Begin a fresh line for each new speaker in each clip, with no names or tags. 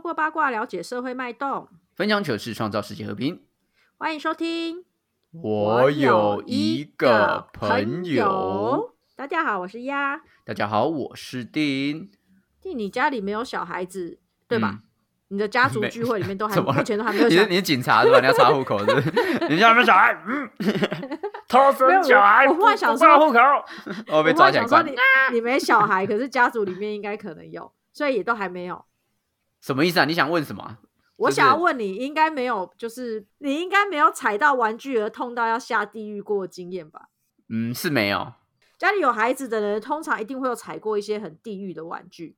过八卦了解社会脉动。
分享糗事，创造世界和平。
欢迎收听。
我有一个朋友，，
大家好，我是鸭。
大家好，我是丁。
弟，你家里没有小孩子对吧？
嗯
你的家族
没
聚会里面 都还
怎么了
目前都还没有
你
小
是你是警察是吧？你要查户口是 不是？你家有没有小孩？嗯，偷
没有
生小孩，
我我忽然
不
想
不报
说
户口，哦我被抓起来
我忽然想
关
说。你你没小孩，可是家族里面应该可能有， 所以也都还没有。
什么意思啊？你想问什么啊？
我
就是
想要问你，应该没有，就是你应该没有踩到玩具而痛到要下地狱过的经验吧？
嗯，是没有。
家里有孩子的人，通常一定会有踩过一些很地狱的玩具。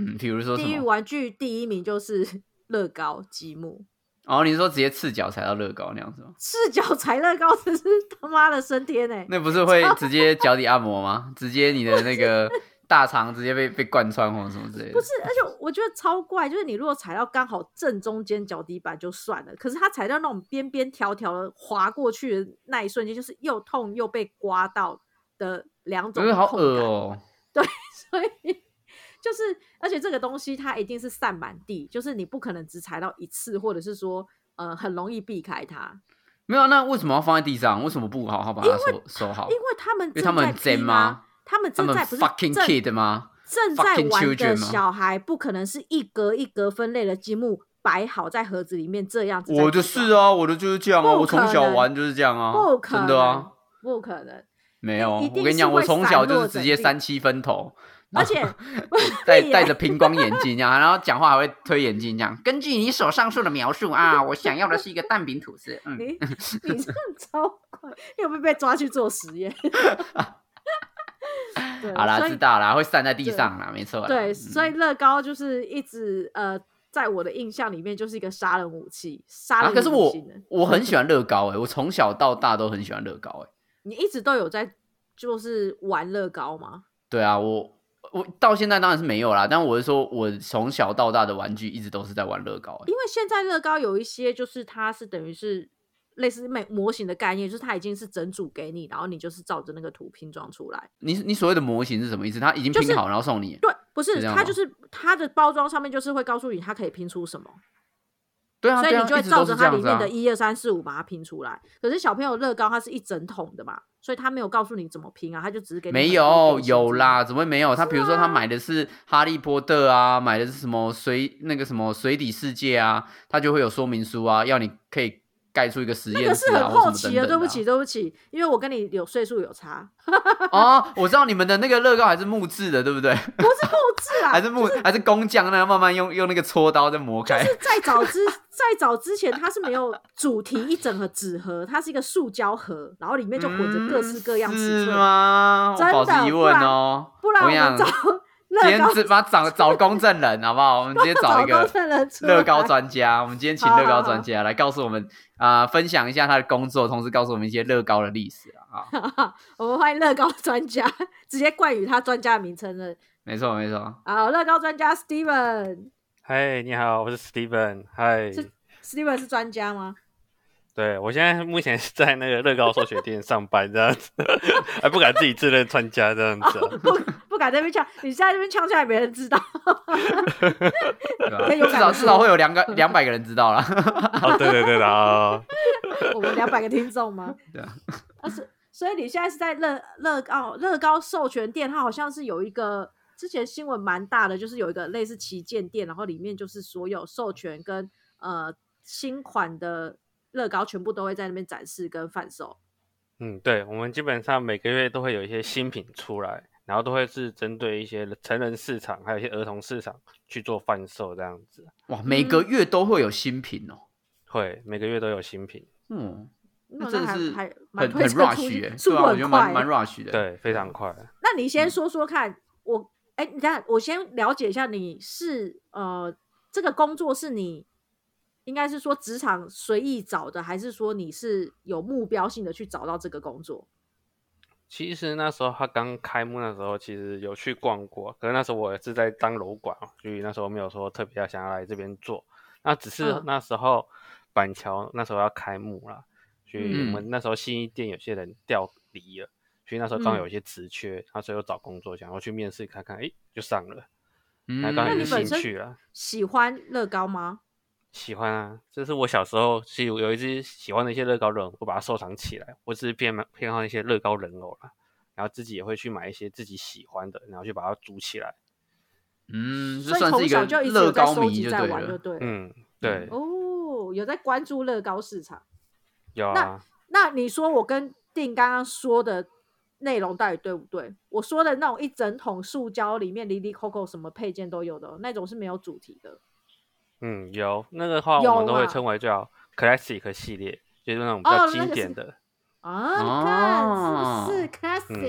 嗯，比如说什
地狱
么？
玩具第一名就是 乐高积木，
哦，你是说直接赤脚踩到乐高那样子吗？
赤脚踩乐高，真是他妈的升天哎、
那 不是会直接脚底按摩吗？直接你的那个大肠直接被被贯穿或者什么之类的。
不是，而且我觉得超怪，就是你如果踩到刚好正中间脚底板就算了，可是他踩到那种边边条条的滑过去的那一瞬间，就是又痛又被刮到的两种
真的好
痛
恶
感
哦、
所以就是，而且这个东西它一定是散满地，就是你不可能只踩到一次，或者是说呃很容易避开它，
没有，啊那为什么要放在地上？为什么不好好把它收收好？
因
因
为他们
为
正
他们
在
很贱
拼
吗
啊？？他们
他
正
们
在不是
fucking
正
kid 吗？
正在
fucking
玩
children
的
吗
小孩，不可能是一格一格分类的积木摆好在盒子里面这样子。
我就是，啊，我的就是这样啊，
不
我从
可
小
能
玩就是这样啊，
不可
真
能
的啊，，
不可能。
没有。
一
我
定
跟你讲，
是
我
会
从小
散
就
落
是直接
整地
三七分头，
而 且
戴
屁
戴
嘞
着平光眼镜这样， 然后讲话还会推眼镜这样。根据你所上述的描 述啊，我想要的是一个蛋饼吐司。嗯，
你你这超快，你有没有被抓去做实验？ 对
好啦，
所
知
以
道啦，会散在地
对
上啦，没错啦。
对，
嗯
所以乐高就是一直呃，在我的印象里面就是一个杀人武器，杀
啊，
人
可是
武
我
器呢
我很喜欢乐高诶，欸我从小到大都很喜欢乐高欸诶。
你一直都有在就是玩乐高吗？
对啊，我我到现在当然是没有啦，但我是说我从小到大的玩具一直都是在玩乐高、欸
因。为现在乐高有一些就是它是等于是类似美模型的概念，就是它已经是整组给你，然后你就是照着那个图拼装出来。
你你所谓的模型是什么意思？它已经
就
拼
是
好，然后送你。
对，不是
是这样
它
吗
就是它的包装上面就是会告诉你它可以拼出什么，
对啊，
所以
对
你
啊
就会
一直都
照
是
着
这
它
样
里
子
面
啊
的。一二三四五把它拼出来。可是小朋友乐高它是一整桶的嘛，所以它没有告诉你怎么拼啊，它就只是给你
没
很多
有
个性
有
质啊
啦，怎么会没有？他
是
比如说他
吗
买的是哈利波特啊，买的是什么水那个什么水底世界啊，他就会有说明书啊，要你可以盖出一个实
那个
验
是
室
很
啊，或
好
什么
奇
等
的，
等的
对
啊
不起，对不起，因为我跟你有岁数有差，
哦，我知道你们的那个乐高还是木质的，对不对？
不是后置啦，
还是木还是工匠那样慢慢用用那个戳刀在磨开。
就是在早之 在早之前，它是没有主题一整盒纸盒，它是一个塑胶盒，然后里面就混着各式各样尺
嗯是
寸。
吗？我
真
保持
的
疑
不
问
然
哦。
不然
我跟你
我们找
讲，今
乐
天
高
只把找找公证人好不好？我们 直接找一个
真人出来
乐高专家，我们今天请
好
乐高
好
专
好
家来告诉我们啊、分享一下他的工作，同时告诉我们一些乐高的历史啊。 啊
我们欢迎乐高专家，直接冠以他专家的名称了。
没错没错，
好，乐高专家 Steven，Steven
嗨，你好，我是 Steven。嗨，
是是专家吗？
对我现在目前是在那个乐高寿雪店上班这样子， 还不敢自己自认专家这样子啊、
不敢在那边呛，你在那边呛下来，没人知道。
对吧
可以有
至
感
少
而
至少
发
会有 两个两百个人知道啦。
哦，对对对的啊，
我们两百个听众吗？
对啊。
但是，所以你现在是在乐乐高乐高授权店，它好像是有一个之前新闻蛮大的，就是有一个类似旗舰店，然后里面就是所有授权跟呃新款的乐高全部都会在那边展示跟贩售。
嗯，对，我们基本上每个月都会有一些新品出来，然后都会是针对一些成人市场，还有一些儿童市场去做贩售这样子。
哇，每个
嗯
月都会有新品哦。
会每个月都有新品，
嗯，那
那
真的
还
是
还蛮
很
推
很
陈出
rush
新
哎，
速
对
度
啊，我觉得
很快
蛮
欸。
蛮 rush 的。
对，非常快。
那你
嗯
先说说看，我哎，你等下我先了解一下，你是呃这个工作是你应该是说职场随意找的，还是说你是有目标性的去找到这个工作？
其实那时候他刚开幕那时候，其实有去逛过，可是那时候我也是在当楼管哦，所以那时候没有说特别要想要来这边做。那只是
嗯
那时候板桥那时候要开幕啦，所以我们那时候新一店有些人调离了，所以那时候刚好有一些职缺，他所以又找工作，想要去面试看看，诶，就上了。
嗯
那当
那
然
你
是
本
兴
身
趣啊，
喜欢乐高吗？
喜欢啊。这是我小时候是有有一只喜欢的一些乐高人偶，我把它收藏起来，我只是偏偏好一些乐高人偶啦。然后自己也会去买一些自己喜欢的，然后去把它组起来。
嗯，这
所以
算是
从
一
小
个
就一直
乐
有在
高
收
迷
集
就
在
对
玩，就
了。
对了。
嗯，对，
哦，有在关注乐高市场。
有
那
啊，
那你说我跟定刚刚说的内容到底对不对？我说的那种一整桶塑胶里面，里里扣扣什么配件都有的哦那种是没有主题的。
嗯，有那个的话，我
有
们都会
啊
称为叫 classic 系列，就是那种比
哦
较
那
经
个
典
是
的。
啊，你看是不是
嗯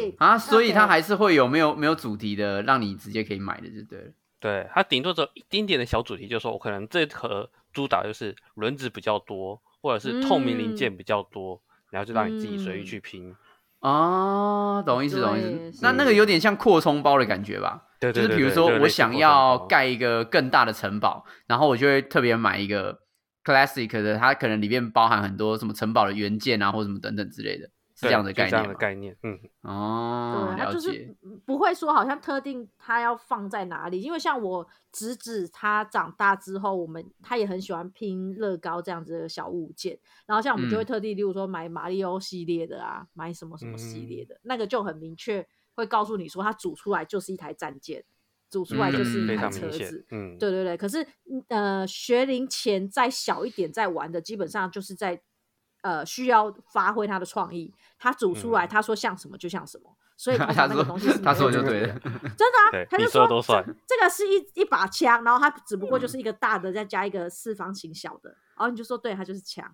classic
啊，所以它
OK
还是会有没有没有主题的，让你直接可以买的就对了。
对，它顶多只有一丁点的小主题，就是说我可能这颗主打就是轮子比较多，或者是透明零件比较多，然后就让你自己随意
嗯
去拼。
哦，懂意思，懂意
对是。
思那那个有点像扩充包的感觉吧？
对对
就是
对
比如
对
说
就类
我
似
想
过程
要
中
盖一个更大的城堡，然后我就会特别买一个 classic 的，它可能里面包含很多什么城堡的元件啊，或什么等等之类的，是这
对
样的
就
概
这样
念
的
吗。
概念，嗯，
哦
对，，他
了
就
解
是。不会说好像特定他要放在哪里，因为像我侄子他长大之后，我们他也很喜欢拼乐高这样子的小物件，然后像我们就会
嗯
特地，例如说买马里奥系列的啊，买什么什么系列的，那个就很明确会告诉你说，它组出来就是一台战舰，组出来就是
嗯
一
非
台
常
车
明显
子，，
嗯，
对对对，可是嗯呃，学龄前再小一点再玩的，基本上就是在呃需要发挥他的创意，他组出来，
嗯
他说像什么就像什么， 所以通
他
常那个东西
说
是
他
没有
说就
主
对
题的
了，
真的啊
对，
他
你
就说
说的都算
这这个是一一把枪，然后它只不过
嗯
就是一个大的，再加一个四方形小的，然后你就说对，它就是枪，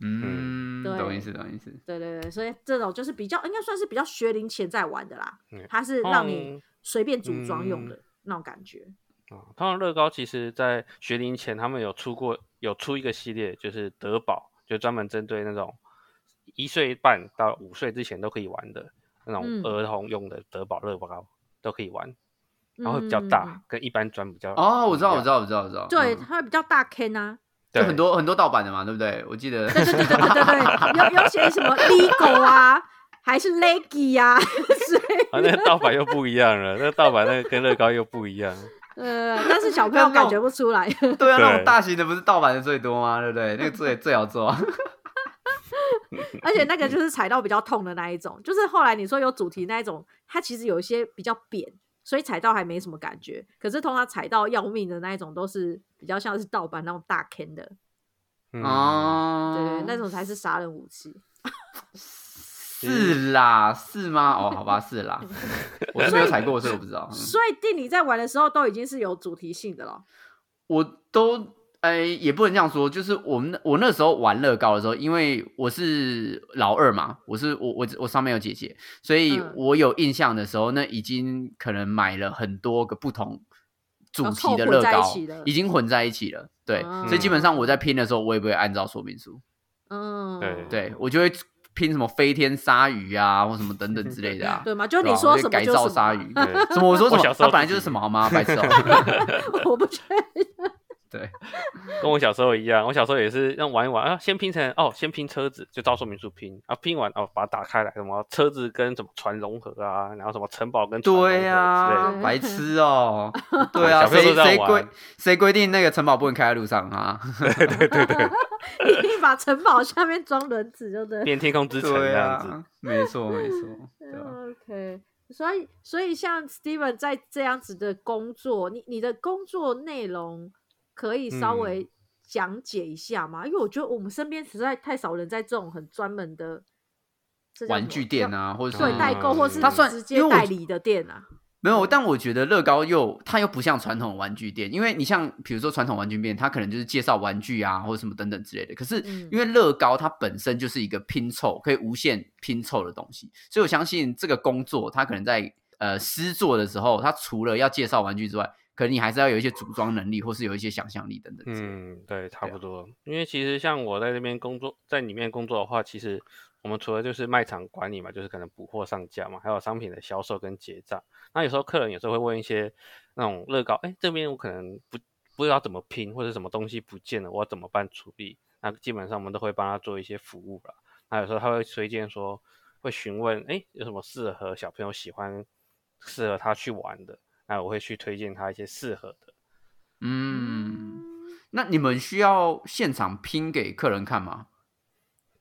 嗯，
对
懂意思，懂意思。
对对对，所以这种就是比较应该算是比较学龄前在玩的啦
嗯，
它是让你
嗯
随便组装用
嗯
的那种感觉，
啊、通常乐高其实在学龄前，他们有出过有出一个系列，就是德宝，就专门针对那种一岁半到五岁之前都可以玩的那
嗯
种儿童用的德宝乐高都可以玩，然后会比
嗯
较
嗯
大，
嗯
跟一般砖比较
哦，我
不
知
一
道，我
样
知，道，我知道，我知道。
对，
嗯
它会比较大坑啊。
就
对
很多很多盗版的嘛，对不对？我记得。
对对对对对对对，有有写什么 Lego 啊，还是 Leggy 啊，所以
啊，那个盗版又不一样了，那个盗版那个跟乐高又不一样。
呃，但是小朋友感觉不出来。
对啊，那种
对
大型的不是盗版的最多吗？对不对？那个最最好做啊。
而且那个就是踩到比较痛的那一种，就是后来你说有主题那一种，它其实有一些比较扁，所以踩到还没什么感觉。可是通常踩到要命的那一种，都是比较像是盗版那种大坑的，
嗯，
对对，对
哦，
那种才是杀人武器。
是啦，是吗？哦，好吧，是 啦，我是没有踩过，所以我不知道。嗯
所以定你在玩的时候都已经是有主题性的了。
我都哎，也不能这样说，就是我们那我那时候玩乐高的时候，因为我是老二嘛，我是我我我上面有姐姐，所以
嗯
我有印象的时候，那已经可能买了很多个不同主
哦
题
凑
的
混
乐
在一
高
起的，
已经混在一起了。对，
嗯
所以基本上我在拼的时候，我也不会按照说明书。
嗯，
对，
对我就会拼什么飞天鲨鱼啊，或什么等等之类的啊。
对嘛，就
对
你
吧
说
我就
什么
改
就
造
什么
鲨
啊。
鱼
对
什么我说什
我小
么，
时
它
候
本来
自
就是
己
什么好吗？白 痴哦。
我不觉得
对，
跟我小时候一样，我小时候也是让玩一玩啊，先拼成哦，先拼车子，就照说明书拼啊，拼完哦，把它打开来，什么车子跟什么船融合啊，然后什么城堡跟船融合之
对
类
呀、
的。
对
啊白痴哦、 对啊，
小朋友
谁
都这样
谁
玩
规谁规定那个城堡不能开在路上啊？
你把城堡下面装轮子就对了。
变天空之城这
对
样子。
啊，没错没错，对啊
OK，所以所以像 Steven 在这样子的工作，你你的工作内容可以稍
嗯
微讲解一下吗？因为我觉得我们身边实在太少人在这种很专门的这叫什
玩
么
具店
要
啊，或者是
对
嗯
代购或是
它算
直
因
接
为我
代
觉
理的店啊，
没有，
对
但我觉得乐高又它又不像传统的玩具店，因为你像比如说传统玩具店，它可能就是介绍玩具啊或者什么等等之类的。可是
嗯
因为乐高它本身就是一个拼凑，可以无限拼凑的东西，所以我相信这个工作它可能在
嗯
呃施作的时候，它除了要介绍玩具之外，可能你还是要有一些组装能力，或是有一些想象力等等之类的。
嗯，对，差
对啊
不多。因为其实像我在这边工作，在里面工作的话，其实我们除了就是卖场管理嘛，就是可能补货上架嘛，还有商品的销售跟结账。那有时候客人有时候会问一些那种乐高，哎，这边我可能不不知道怎么拼，或者什么东西不见了，我要怎么办处理？那基本上我们都会帮他做一些服务啦。那有时候他会推荐说，会询问，哎，有什么适合小朋友喜欢、适合他去玩的。那我会去推荐他一些适合的。
嗯，那你们需要现场拼给客人看吗？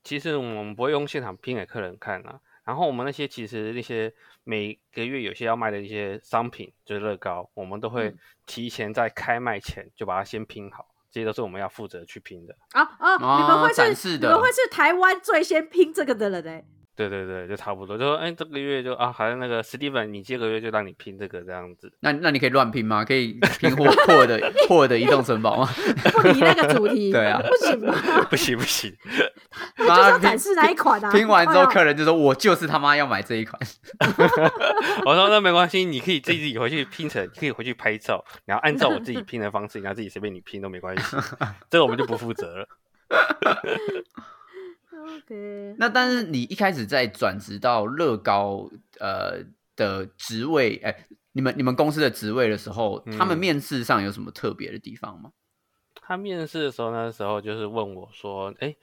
其实我们不会用现场拼给客人看啊。然后我们那些其实那些每个月有些要卖的一些商品，就是乐高，我们都会
嗯
提前在开卖前就把它先拼好，这些都是我们要负责去拼的。
啊啊！你们
哦
会
展
是
示
你
的
们会是台湾最先拼这个的人哎，
对对对，就差不多，就说哎，这个月就啊，好像那个史蒂芬，你这个月就让你拼这个这样子。
那那你可以乱拼吗？可以 拼霍霍尔的霍尔的移动城堡吗？
不理那个主题，
对啊
不行吧？
不行不行，
他 就是要展示哪一款啊？
拼完之后，客
人
人就说：“我就是他妈要买这一款。
我说那没关系，你可以自己回去拼成，你可以回去拍照，然后按照我自己拼的方式，然后自己随便你拼都没关系，这个我们就不负责了。
OK，”
那但是你一开始在转职到乐高呃的职位，哎、你们你们公司的职位的时候，他们
嗯
面试上有什么特别的地方吗？
他面试的时候，那时候就是问我说，哎，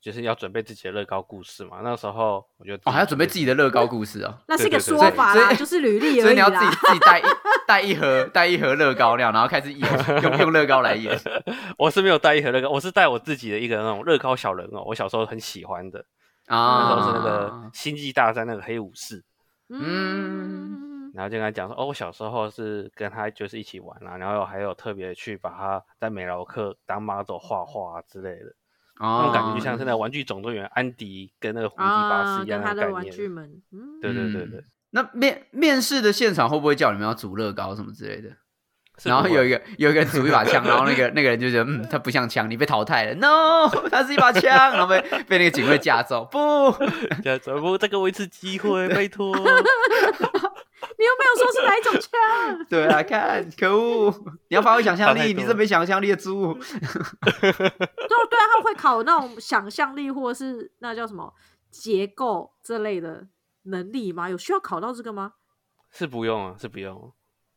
就是要准备自己的乐高故事嘛。那时候我就
哦，还要准备自己的乐高故事 哦，
那是一个
对对
说
对
法啦，
所以
就是履历
所
而
以
已
你要自己
啦。
自己带一带一盒带一盒乐高料，然后开始演用用乐高来演。
我是没有带一盒乐高，我是带我自己的一个那种乐高小人哦偶，我小时候很喜欢的，那时候是那个
啊
《星际大战》那个黑武士。
嗯
然后就跟他讲说，哦，我小时候是跟他就是一起玩啊，然后还有特别去把他在美劳课当 model 画画啊之类的，那种感觉就像是
哦
那《玩具总动员》安迪跟那个胡迪巴
啊，
斯一样
跟他
的
的
概
玩具
念。
们，嗯，
对对对对，
那面面试的现场会不会叫你们要组乐高什么之类的？
是
然后
不会
有一个有一个人组一把枪，然后那个 那个人就觉得嗯，他不像枪，你被淘汰了。No，他是 一把枪，然后被 被那个警卫架走。不，
叫什么？再给我一次机会，拜托。
你又没有说是哪一种枪，
对啊，看可恶！你要发挥想象力，你这没想象力的猪。
就对啊，他们会考那种想象力或是那叫什么结构这类的能力吗？有需要考到这个吗？
是不用啊，是不用。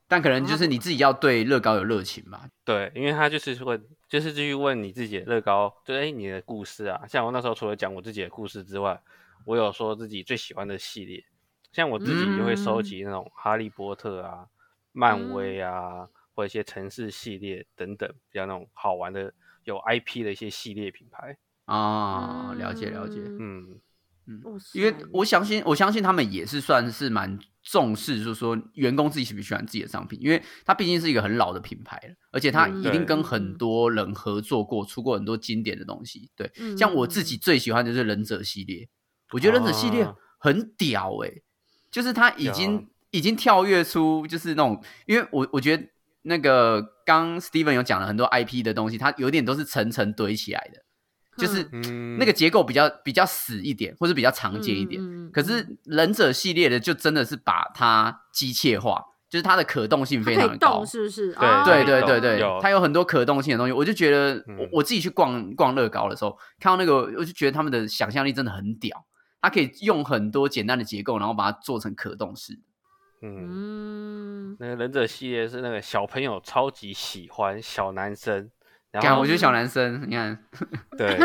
但可能
啊
就是你自己要对乐高有热情吧。
对，因为他就是问，就是继续问你自己的乐高，就哎你的故事啊。像我那时候除了讲我自己的故事之外，我有说自己最喜欢的系列，像我自己就会收
嗯
集那种哈利波特啊、漫威啊，或者一些城市系列等等，比较那种好玩的有 IP 的一些系列品牌。
啊、了解了解。
嗯
嗯，
哇
因为
塞
我相信，我相信他们也是算是蛮重视，就是说员工自己喜不喜欢自己的商品，因为它毕竟是一个很老的品牌了，而且它
嗯
一定跟
对
很多人合作过，出过很多经典的东西。对，
嗯
像我自己最喜欢的就是忍者系列，我觉得忍者系列
哦
很屌诶、就是它已
有
经已经跳跃出就是那种，因为我我觉得那个刚 Steven 有讲了很多 IP 的东西，它有点都是层层堆起来的，就是
嗯
那个结构比较比较死一点，或者比较常见一点。
嗯嗯嗯
可是忍者系列的就真的是把它机械化，就是它的可动性
它
非
可
常
以
的
动
高。
是不是？
对
哦
对对
动
对对
有，
它有很多可动性的东西，我就觉得我
嗯
我自己去逛逛乐高的时候，看到那个，我就觉得他们的想象力真的很屌，它可以用很多简单的结构，然后把它做成可动式。
嗯。
嗯，
那个忍者系列是那个小朋友超级喜欢小男生，然
看，
后
我觉得小男生，你看，
对，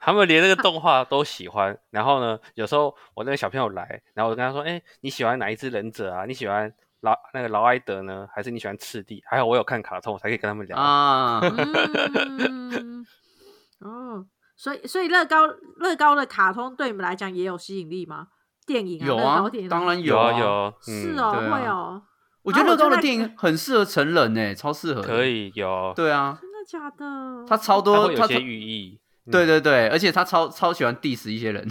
他们连那个动画都喜欢。然后呢，有时候我那个小朋友来，然后我跟他说：“哎、你喜欢哪一只忍者啊？你喜欢劳那个劳埃德呢，还是你喜欢赤地？”还好我有看卡通，我才可以跟他们 聊。
啊，
嗯， 哦，所以所以乐高乐高的卡通对你们来讲也有吸引力吗？电影
有
乐
啊
高电，影
当然
有
啊，
有啊，
是
嗯
哦，
对啊
会哦，
我觉得
啊我
乐高
就
的
在
电影很适合成人诶，超适合，
可，以有，
对啊，
真的假的？
他超
它
多，
会有
他
些寓意。嗯
对对对，而且他超超喜欢 diss 一些人，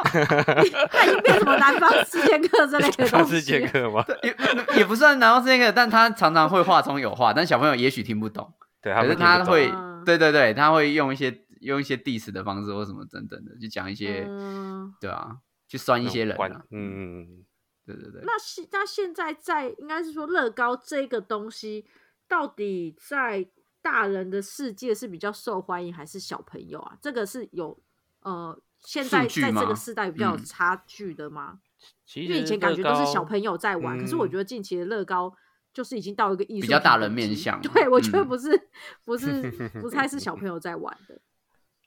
他已 经变什么南方四剑客之类的
他
东
是杰
西？
克吗？
也 也不算拿到这个，但他常常会话中有话，但小朋友也许听不懂，
对，他
可
们
是
听不
他
懂
会
嗯，
对对对，他会用一些用一些 diss 的方式或什么等等的，就讲一些，
嗯，
对啊，去酸一
那
些
种
人、
观
啊，
嗯，
对对对，
那现那现在在应该是说乐高这个东西到底在大人的世界是比较受欢迎，还是小朋友啊？这个是有呃，现在
数据
在这
吗
个世代比较有
嗯
差距的吗？
其
因为
实
以前感
乐
觉都是小
高
朋友在玩，可是我觉得近期的乐高就是已经到一个艺术
嗯比较大
品
人
等
面
级
向了
对，我觉得
嗯
不是、不是 不太是小朋友在玩的。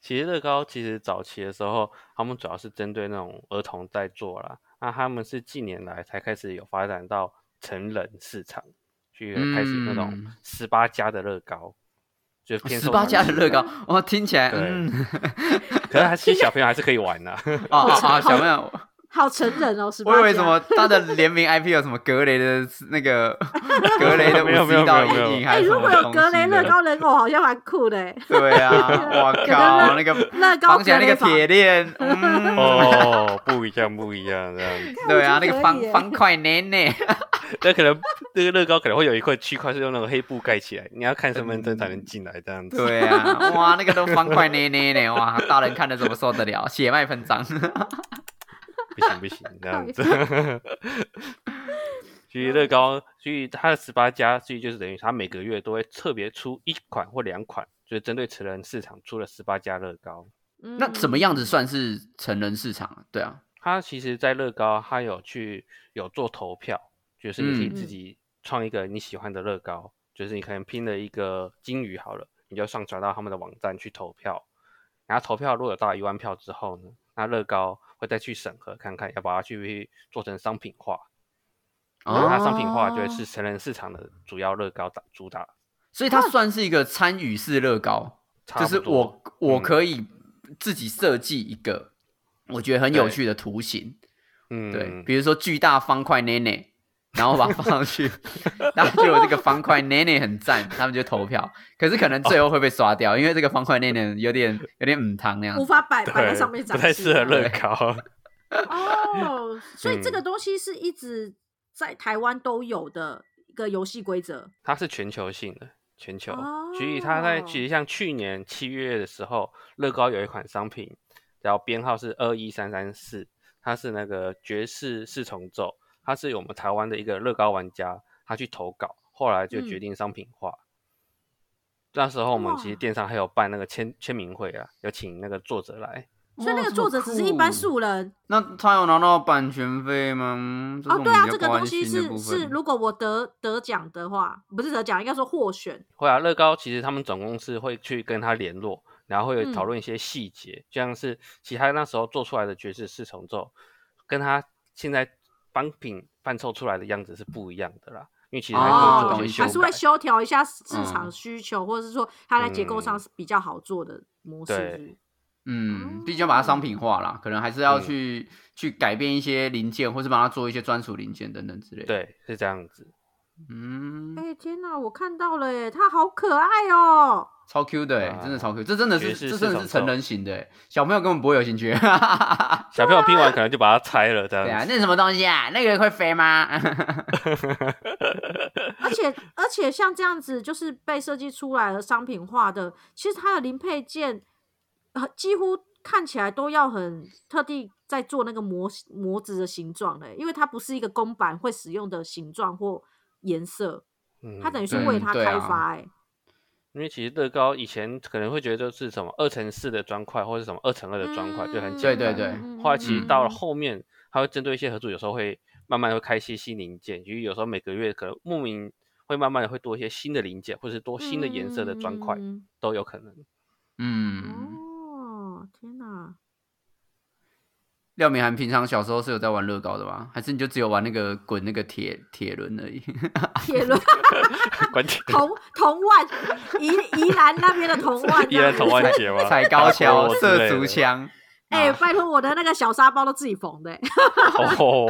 其实乐高其实早期的时候，他们主要是针对那种儿童在做啦。那他们是近年来才开始有发展到成人市场，去开始那种
嗯哦
十八家的乐高，就是偏
十
受
八
男
加的
性
乐高，哦，听起来
对
嗯，
可是还是小朋友还是可以 玩的、
啊啊啊，小朋友，
好成人哦，是吧？
我以为什么他的联名 IP 有什么格雷的那个 格雷的五
没有没有
十道
没有没有
阴影，还
哎，
是什
如
么
果有
东
格
西
雷乐
的
高人偶，好像蛮酷的 哎。
对啊，我
有个
靠，那个
乐高
绑起来
格雷
那个
法
铁链， 嗯，
哦，不一样不一样这样子，
对啊，那个方
可以耶
方块奶奶，
那可能那个乐高可能会有一块区块是用那个黑布盖起来，你要看身份证才能进来这样 子。
对啊，哇，那个都方块奶奶呢，哇，大人看了怎么受得了？血脉喷张，
不行不行，这样子。 所以乐高，所以它的十八家，所以就是等于它每个月都会特别出一款或两款，就是针对成人市场出了十八家乐高。
那怎么
样？
样子算是成人市场啊？对啊，
它其实，在乐高，它有去有做投票，就是你可以
嗯
自己创一个你喜欢的乐高，就是你可能拼了一个金鱼好了，你就上传到他们的网站去投票，然后投票如果有到一万票之后呢，那乐高会再去审核看看要把它去做成商品化，然
啊
后它商品化就会是
哦，
成人市场的主要乐高打主打，
所以它算是一个参与式乐高。
差
就
不
是
多
我我
嗯
可以自己设计一个我觉得很有
对
趣的图形，
嗯
对，比如说巨大方块奶奶，然后把它放上去， 大家觉得我这个方块奶奶很赞，他们就投票。可是可能最后会被刷掉，因为这个方块奶奶有点有点母汤那样
无
子。
法摆摆在
对
上面
不
展
太
示
适合
这样
乐高，
哦，所以这
嗯
个东西是一直在台湾都有的一个游戏规则。
它是全球性的，全球。所以它在其
哦
实像去年七月的时候，乐高有一款商品，然后编号是二一三三四，它是那个爵士四重奏，它是我们台湾的一个乐高玩家，他去投稿，后来就决
嗯
定商品化。那时候我们其实
哇
电商还有办那个签签名会啊，有请那个作者来，
所以那
哇
个作者只是一般，素人
这么酷那他有拿到版权费吗？嗯
哦，对啊，这
个
个东西是是，如果我得得奖的话，不是得奖，应该说获选。
会啊，乐高其实他们总公司会去跟他联络，然后会有讨
嗯
论一些细节，就像是其他那时候做出来的爵士四重奏，跟他现在商品贩售出来的样子是不一样的啦。因为其实还是会
哦
做
懂
一些
还
修
是
改，
会修调一下市场
嗯
需求，或者是说它在结构上
嗯
是比较好做的模式
对
是不是。哦
嗯，毕竟要把它商品化啦，可能还是要
嗯
去、去改变一些零件，或是帮它做一些专属零件等等之类的。，
对，是这样子。
嗯，
哎、天哪，我看到了耶，它好可爱哦！
超 Q 的哎、
哇
真的超 Q，这真的是
爵士
这真的是
四重奏
成人型的、欸，小朋友根本不会有兴趣。 对
小朋友拼完可能就把它拆了，这
啊，
样子。
那是什么东西啊？那个会飞吗？
而且而且像这样子，就是被设计出来的商品化的，其实它的零配件，呃，几乎看起来都要很特地在做那个模模子的形状的，因为它不是一个公版会使用的形状或颜色，
嗯
它等于是
嗯
为它
对
开
啊
发、哎、
因为其实乐高以前可能会觉得是什么二乘四的砖块，或者是什么二乘二的砖块，就很
嗯
简单。
对对
后来其实到了
嗯
后面，它会针对一些合作，有时候会慢慢地会开一些新零件，因为有时候每个月可能莫名会慢慢的会多一些新的零件，或者是多新的颜色的砖块、
嗯
都有可 能。
嗯，
哦，天哪！
廖明涵平常小时候是有在玩乐高的吗？还是你就只有玩那个滚那个铁铁轮而已？
铁轮
关键
铜铜腕，宜宜兰那边的铜腕，
依然
这样
同
子
万节嘛，
踩高
啊打
跷、
陀螺之类
射
的
竹，枪。
哎、
啊
拜托，我的那个小沙包都自己缝的、哎
哦，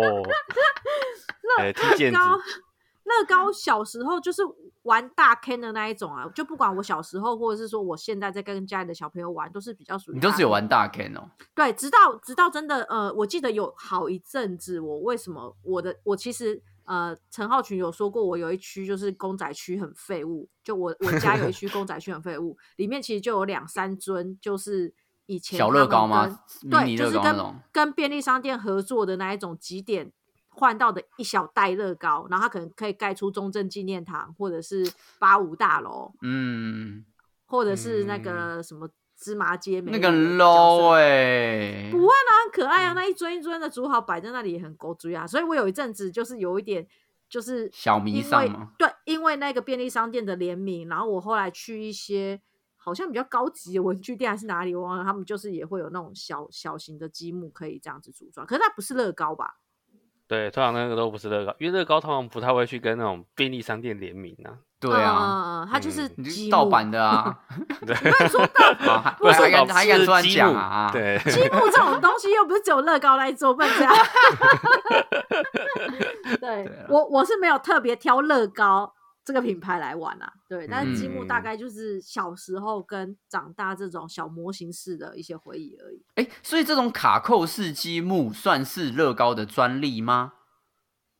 哎，踢毽
高
子，
乐
嗯
高小时候就是玩大 Ken 的那一种啊，就不管我小时候或者是说我现在在跟家里的小朋友玩，都是比较属于
你都只有
Ken
玩大 Ken 哦，
对，直到直到真的呃，我记得有好一阵子，我为什么我的我其实呃，陈浩群有说过，我有一区就是公仔区很废物，就我我家有一 区公仔区很废物，里面其实就有两三尊就是以前
小
他
乐
们
高
跟
吗？迷
对，
你
就
乐
是
高那种
跟。跟便利商店合作的那一种几点换到的一小袋乐高，然后它可能可以盖出中正纪念堂，或者是八五大楼，
嗯，
或者是那
嗯
个什么芝麻街美
那
人
个
的
low
角色啊
哎、
不会啦，很可
嗯
爱啊，那一尊一尊的组好摆在那里也很勾追啊，所以我有一阵子就是有一点就是
小迷
因
上
为
吗？
对，因为那个便利商店的联名，然后我后来去一些好像比较高级的文具店还是哪里，我忘了，他们就是也会有那种小小型的积木可以这样子组装，可是它不是乐高吧？
对，通常那个都不是乐高，因为乐高通常不太会去跟那种便利商店联名啊。
对啊，
嗯，它就是
嗯
你就
积
是
木
盗 版的啊，
对，
啊还
不是
还
老
敢还敢
是
突然
积
讲
木
啊啊？
对，
积木这种东西又不是只有乐高来做，不能这样。 对
对啊
我我是没有特别挑乐高这个品牌来玩啊，对，但是积木大
嗯
概就是小时候跟长大这种小模型式的一些回忆而已。
哎，所以这种卡扣式积木算是乐高的专利吗？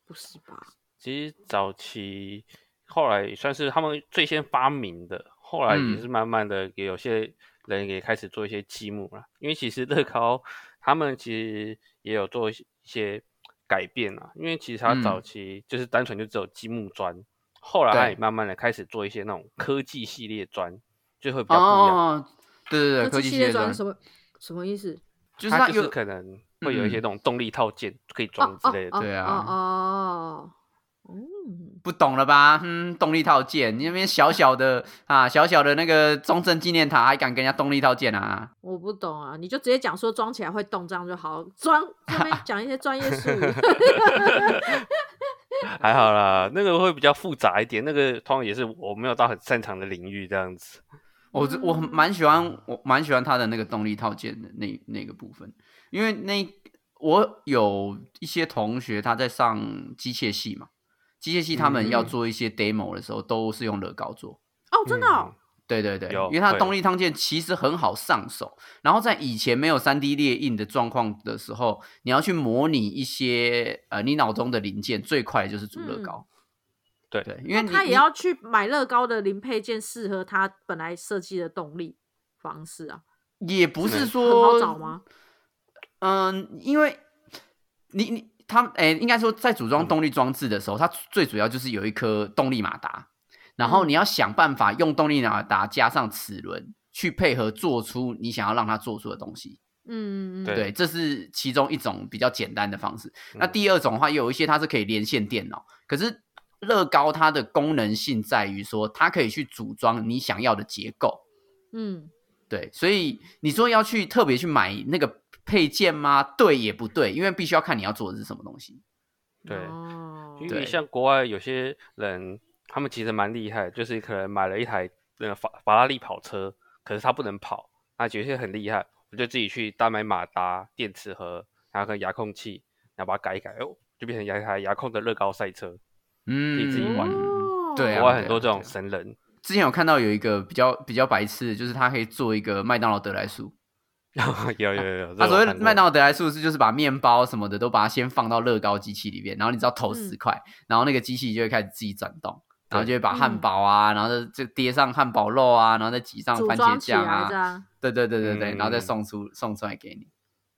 不是吧？
其实早期后来也算是他们最先发明的，后来也
嗯
是慢慢的也有些人也开始做一些积木啦。因为其实乐高他们其实也有做一些一些改变啊，因为其实它
嗯
早期就是单纯就只有积木砖，后来它
对
也慢慢的开始做一些那种科技系列砖，就会比较不一样。
哦，对对对，科技
系
系
列
列
砖
专
什么什么意思？
就是
它
它
就是
有
可能会有一些
嗯
那种动力套件可以装之类的。
对啊
哦哦，嗯，
不懂了吧？嗯，动力套件，你那边小小的啊，小小的那个中正纪念塔还敢跟人家动力套件啊？
我不懂啊，你就直接讲说装起来会动这样就好，装那边讲一些专业术语。
还好啦，那个会比较复杂一点，那个通常也是我没有到很擅长的领域这样子。
哦
我这我蛮喜欢，我蛮喜欢它的那个动力套件的那那个部分，因为那我有一些同学他在上机械系嘛，机械系他们
嗯
要做一些 demo 的时候，都是用乐高做。
哦，真的哦，
对对对，
有
因为它
会
的动力套件其实很好上手，然后在以前没有三 D 列印的状况的时候，你要去模拟一些呃你脑中的零件，最快就是组乐高。
对
对，因为你
嗯他也
你
要去买乐高的零配件，适合他本来设计的动力方式啊，
也不是
很
说
好找吗？
嗯，因为你你他们诶、应该说在组装动力装置的时候，它最主要就是有一颗动力马达，然后
嗯
你要想办法用动力马达加上齿轮去配合做出你想要让它做出的东西。
嗯，嗯嗯
对
对，这是其中一种比较简单的方式。那
嗯
第二种的话，有一些它是可以连线电脑，可是乐高它的功能性在于说，它可以去组装你想要的结构。
嗯，
对，所以你说要去特别去买那个配件吗？对也不对，因为必须要看你要做的是什么东西。
对，
哦
嗯
嗯
因为
对
像国外有些人，他们其实蛮厉害，就是可能买了一台呃法法拉利跑车，可是他不能跑，那有些很厉害，我就自己去单买马达、电池盒，然后跟遥控器，然后把它改一改，哦，就变成一台遥控的乐高赛车。
嗯，
以自己玩
哦
对啊
国外很多
对
这
啊
种
对啊
神人，
之前有看到有一个比较比较白痴的，就是他可以做一个麦当劳得来速。
有有有有，
他
这
所谓的
我看过
麦当劳得来速是就是把面包什么的都把它先放到乐高机器里面，然后你只要投
嗯
十块，然后那个机器就会开始自己转动，然后就会把
嗯
汉堡啊，然后就就叠上汉堡肉啊，然后再挤上
组
番茄
装起
酱
来这
啊，
样，
对对对对对，
嗯
然后再送出送出来给你。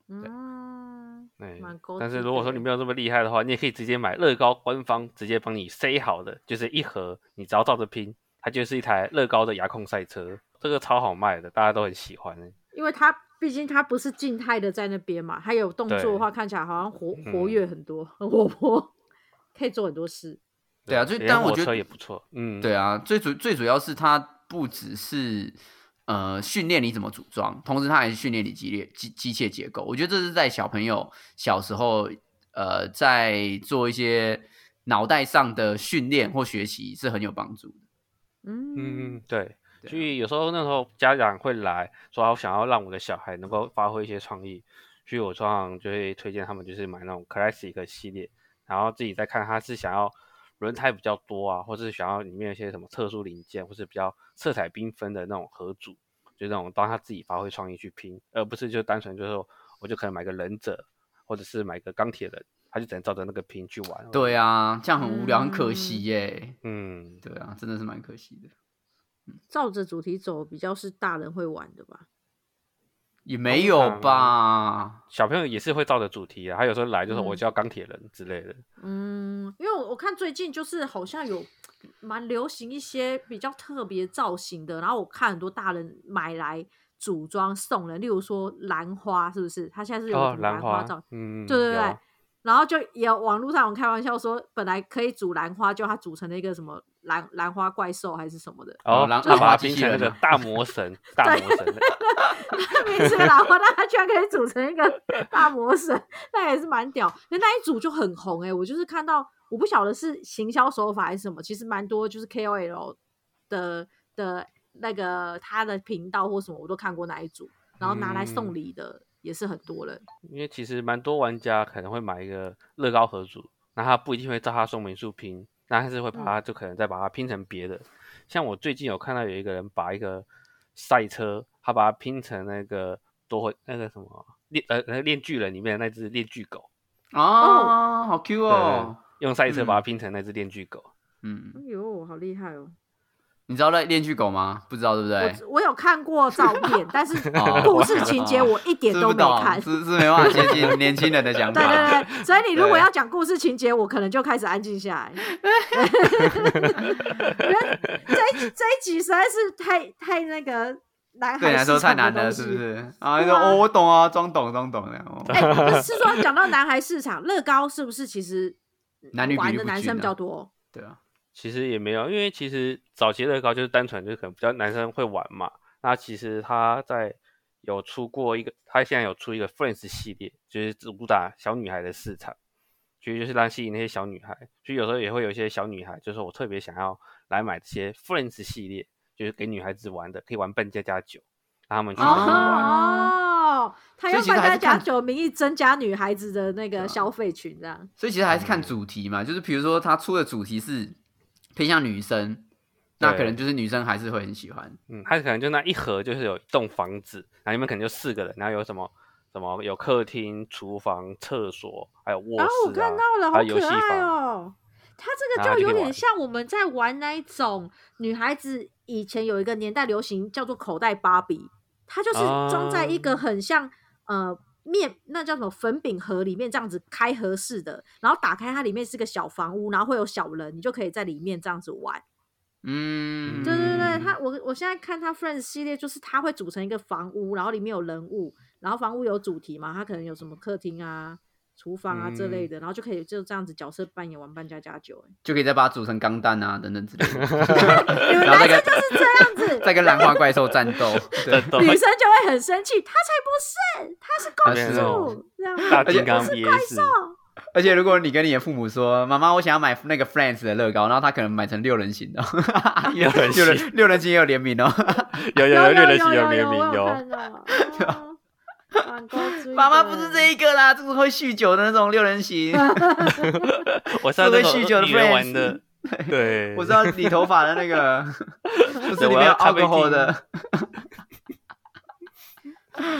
嗯，
对
蛮高
哎但是
级
如果
的
说你没有这么厉害的话，你也可以直接买乐高官方直接帮你塞好的，就是一盒，你只要照着拼，它就是一台乐高的遥控赛车，这个超好卖的，大家都很喜欢欸。
因为它毕竟它不是静态的在那边嘛，它有动作的话，看起来好像活活跃很多，很活泼，可以做很多事。
对啊就
连
但我
火
觉
车
得
也不错，嗯，
对啊，最主最主要是它不只是呃训练你怎么组装，同时它还是训练你机列机机械结构。我觉得这是在小朋友小时候呃在做一些脑袋上的训练或学习是很有帮助的。
嗯，
嗯，对。
对啊
所以有时候那时候家长会来说，我想要让我的小孩能够发挥一些创意，所以我通常就会推荐他们就是买那种 classic 系列，然后自己再看他是想要轮胎比较多啊，或者是想要里面有一些什么特殊零件，或是比较色彩缤纷的那种合组，就那种当他自己发挥创意去拼，而不是就单纯就是说我就可能买个忍者，或者是买个钢铁人，他就只能照着那个拼去玩。
对，啊，这样很无聊，很可
嗯
惜耶、
嗯，
对啊，真的是蛮可惜的。
照着主题走比较是大人会玩的吧？
也没有
常
吧？啊
小朋友也是会照着主题啊，他有时候来就是我
嗯
就要钢铁人之类的。
嗯，因为我我看最近就是好像有蛮流行一些比较特别造型的，然后我看很多大人买来组装送人，例如说兰花，是不是？它现在是有
哦
什，么
兰
兰
花
造型，
嗯，
对对
有
哦
对。然后就也有网络上有人开玩笑说，本来可以煮兰花，就它煮成了一个什么兰兰花怪兽还是什么的，
哦
哦，
狼
把
狼
它
娃机
变
器
成那
人
个
啊
大 魔神，大魔神，
没吃兰花，但它居然可以组成一个大魔神， 那也是蛮屌。那那一组就很红哎、我就是看到，我不晓得是行销手法还是什么，其实蛮多就是 KOL 的的那个他的频道或什么，我都看过那一组，然后拿来送
嗯
礼的也是很多人。
因为其实蛮多玩家可能会买一个乐高盒组，那他不一定会照它说明书拼，那他是会把
嗯
它就可能再把它拼成别的。像我最近有看到有一个人把一个赛车，他把它拼成那个夺回那个什么链呃那个链锯人里面的那只链锯狗，
啊，好 Q 哦。
用赛车把它
嗯
拼成那只链锯狗。
嗯，
哎呦，好厉害哦！
你知道那恋巨狗吗？不知道对不对？
我我有看过照片，但是
哦
故事情节我一点
是
都
不
没
懂
看。
是是没办法接近年轻人的想
对
法。
对对，所以你如果
对
要讲故事情节，我可能就开始安静下 来。这一这一集实在是太太那个男孩
对你来说
市场
太
的
难了，
东
是
西
不？是？啊，
对
你说
啊
哦，我懂啊，装懂装懂那样哦。
哎、可是说讲到男孩市场，乐高是不是其实
男女比
玩
例
的
不
男
均
生比
啊
较多？
对啊，
其实也没有，因为其实早期乐高就是单纯就是可能比较男生会玩嘛。那其实他在有出过一个，他现在有出一个 Friends 系列，就是主打小女孩的市场，其实就是让吸引那些小女孩。所以有时候也会有一些小女孩，就是说我特别想要来买这些 Friends 系列，就是给女孩子玩的，可以玩扮家家酒，让他们去
哦
跟着玩。
哦，他
所以
用
其实
大
还
家
是
假
看
酒名义增加女孩子的那
对啊
个消费群，这样。
所以其实还是
嗯
看主题嘛，就是比如说他出的主题是偏向女生，那
对
可能就是女生还是会很喜欢。
嗯，它可能就那一盒就是有一栋房子，然后里面可能就四个人，然后有什么什么有客厅、厨房、厕所，还有卧室、
然
啊
后哦我看到了，
还
好
有游
可
戏
爱
房。
哦。它这
然
个
后它就
就有
可以
点
玩
像我们在玩那一种女孩子以前有一个年代流行叫做口袋芭比，它就是装在一个
啊
很像、呃面那叫什么粉饼盒里面这样子开合式的，然后打开它里面是个小房屋，然后会有小人，你就可以在里面这样子玩。
嗯，
对对对，它我我现在看它 Friends 系列就是它会组成一个房屋，然后里面有人物，然后房屋有主题嘛，它可能有什么客厅啊、厨房啊这类的，然后就可以就这样子角色扮演玩扮家家酒、欸。
就可以再把它组成钢弹啊等等之类的，
你们
然后
男
再
生
跟
就是这样子，
再跟兰花怪兽战 斗。对，
都
女
会
生就会很生气，他才不是，他是公
啊是
哦
主，这样
大
子
金刚
我是
VS
怪兽。
而且如果你跟你的父母说，妈妈，我想要买那个 Friends 的乐高，然后他可能买成六人型的，
六
六
人型
人六人型也有联名哦。
有有
有
有六人
有
行有
有
联名
我有
有，
看到。哦蛮高追
妈妈不
的
是这一个啦，这是会酗酒的那种六人 型，
我是要那
会酗酒
种
的
女人
friends
玩的，对，
我知道理头发的那 个，就是
对
里
我
面有
要咖啡
alcohol
厅
的。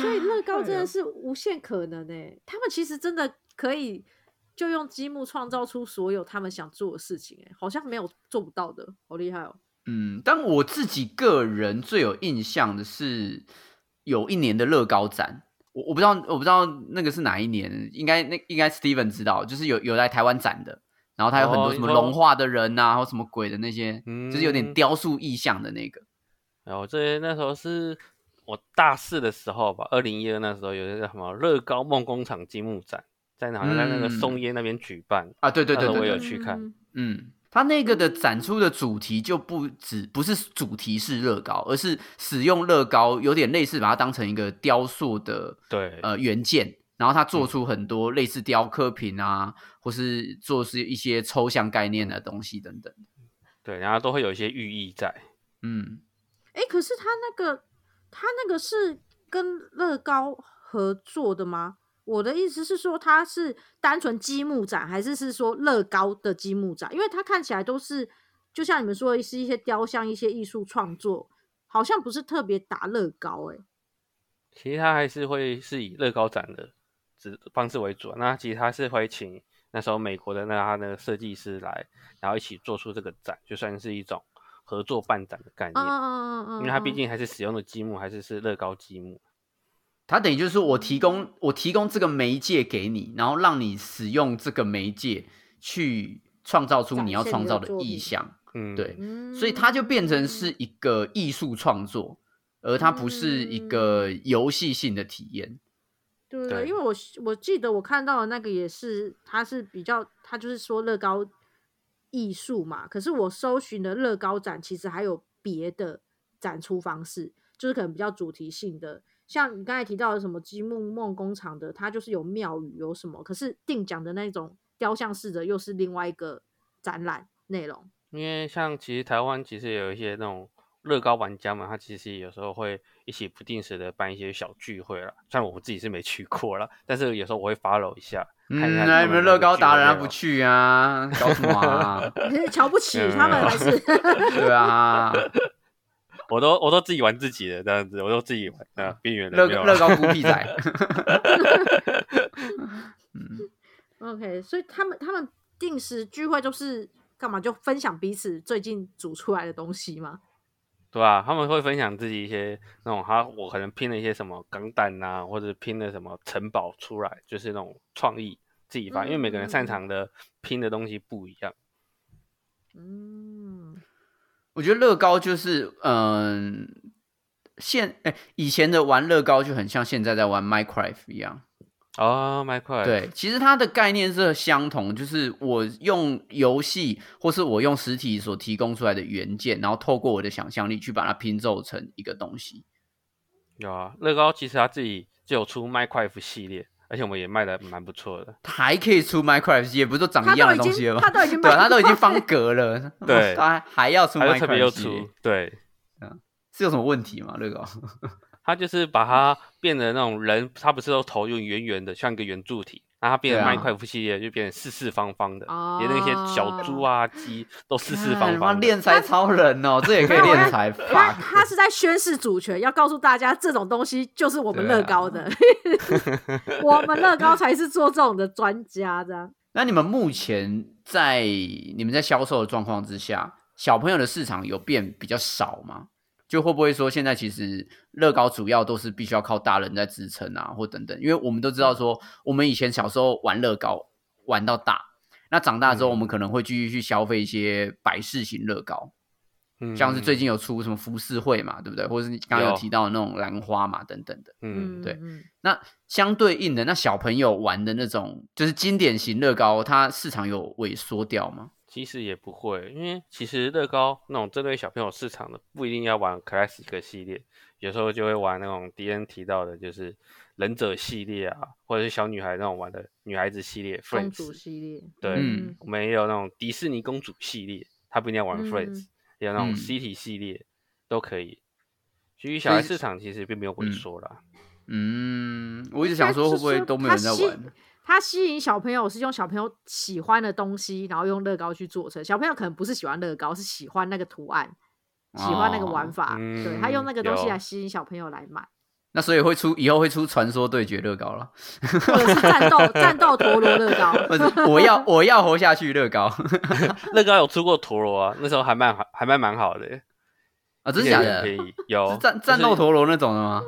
所以乐高真
哎
的
呦
是无限可能诶、他们其实真的可以就用积木创造出所有他们想做的事情诶、好像没有做不到的，好厉害哦！
嗯，但我自己个人最有印象的是有一年的乐高展，我我不知道我不知道那个是哪一年，应该那应该 Steven 知道，就是有有来台湾展的，然后他有很
哦
多
你
什么
说
融化的人啊，或什么鬼的那些，
嗯
就是有点雕塑意象的那个。
然后这那时候是我大四的时候吧，二零一二那时候有一个什么乐高梦工厂积木展，在好像在那个
嗯
松烟那边举办，
啊，对对对对
那个我
对
有去看
嗯
嗯，它那个的展出的主题就不只不是主题是乐高，而是使用乐高，有点类似把它当成一个雕塑的
对，嗯
呃元件，然后它做出很多类似雕刻品啊，或是做是一些抽象概念的东西等等。
对，然后都会有一些寓意在。
嗯，
诶，可是他那个他那个是跟乐高合作的吗？我的意思是说，它是单纯积木展，还是是说乐高的积木展？因为它看起来都是，就像你们说的，是一些雕像、一些艺术创作，好像不是特别打乐高、欸。
其实他还是会是以乐高展的指方式为主啊、那其实他是会请那时候美国的那他的设计师来，然后一起做出这个展，就算是一种合作办展的概
嗯
念。
嗯
哦
嗯嗯嗯，
因为它毕
嗯
竟还是使用的积木还是是乐高积木。
它等于就是我提供我提供这个媒介给你，然后让你使用这个媒介去创造出
展
你要
现
创
你的
造的
作
意
品
象。
嗯，
对，
嗯
所以它就变成是一个艺术创作，而它不是一个
嗯
游戏性的体验。
对
对
因为我我记得我看到的那个也是，它是比较，它就是说乐高艺术嘛，可是我搜寻的乐高展其实还有别的展出方式，就是可能比较主题性的，像你刚才提到的什么积木梦工厂的，它就是有庙宇有什么，可是定奖的那种雕像式的又是另外一个展览内容。
因为像其实台湾其实也有一些那种乐高玩家嘛，他其实有时候会一起不定时的办一些小聚会啦。虽然我们自己是没去过啦，但是有时候我会 follow 一下，看一
嗯，
下
那
他
你
们
们乐高达人还
还
不？去啊？搞什么 啊？
可是瞧不起他们还是
对啊，
我都我都自己玩自己的这样子，我都自己玩啊，边缘
嗯乐
人没有
乐
啦。
高孤僻 仔。
OK，所以他们他们定时聚会就是干嘛？就分享彼此最近煮出来的东西吗？
对啊，他们会分享自己一些那种他我可能拼了一些什么钢弹呐，或者拼了什么城堡出来，就是那种创意自己发，因为每个人擅
嗯
长的拼的东西不一样。
嗯，
我觉得乐高就是，嗯、现哎、以前的玩乐高就很像现在在玩 Minecraft 一样。
哦，麦块，，
对，其实它的概念是相同，就是我用游戏或是我用实体所提供出来的元件，然后透过我的想象力去把它拼凑成一个东西。
有啊，乐高其实他自己就有出麦块 e 系列，而且我们也卖的蛮不错的。
它还可以出 Minecraft，也不是都长
他
一样
都
的
已
东西
经
了
他
吧？
都已经
对啊，它都已经
放
方格了，
对
它还要出
他就特别
Minecraft
又
系列
出，对，
是有什么问题吗？乐高？
他就是把它变得那种人，他不是都头用圆圆的，像一个圆柱体，然后它变成
对啊
麦块 e 系列就变成四四方方的，
哦
连那些小
哦
猪啊、鸡都四四
看
方
妈
方的。
练财超人哦，这也可以
那我
练
要
财。
他
fuck
他是在宣示主权，要告诉大家这种东西就是我们
对啊
乐高 的，我们乐高才是做这种的专家这样。
那你们目前在你们在销售的状况之下，小朋友的市场有变比较少吗？就会不会说现在其实乐高主要都是必须要靠大人在支撑啊，或等等？因为我们都知道说，我们以前小时候玩乐高玩到大，那长大之后
嗯
我们可能会继续去消费一些百事型乐高，
嗯
像是最近有出什么浮世绘嘛，对不对？或者是你刚刚有
有
提到的那种兰花嘛，等等的。
嗯，
嗯，
对
嗯
那相对应的，那小朋友玩的那种就是经典型乐高，它市场有萎缩掉吗？
其实也不会，因为其实乐高那种针对小朋友市场的，不一定要玩 classic 系列，有时候就会玩那种 D N 提到的，就是忍者系列啊，或者是小女孩那种玩的女孩子系列
公主
Friends，
系列，
对
嗯
我们也有那种迪士尼公主系列，她不一定要玩
嗯
Friends，、也有那种
嗯
City 系列都可以。其实小
所
孩
以是
市场其实并没有
嗯
萎缩啦，
嗯，我一直想说会不会都没有人在
应该是说它
玩？
它吸引小朋友是用小朋友喜欢的东西，然后用乐高去做成。小朋友可能不是喜欢乐高，是喜欢那个图案，喜欢那个玩法，
哦
对他用那个东西
嗯
来吸引小朋友来买，
那所以会出以后会出传说对决乐高了，
或者是战斗 战斗陀螺乐高。
或者我要我要活下去乐高
乐高有出过陀螺啊，那时候还蛮好，还蛮蛮好的、
啊，真
而
的
且
假
很
的？
便宜，有
是战战
就是
斗陀螺那种的吗？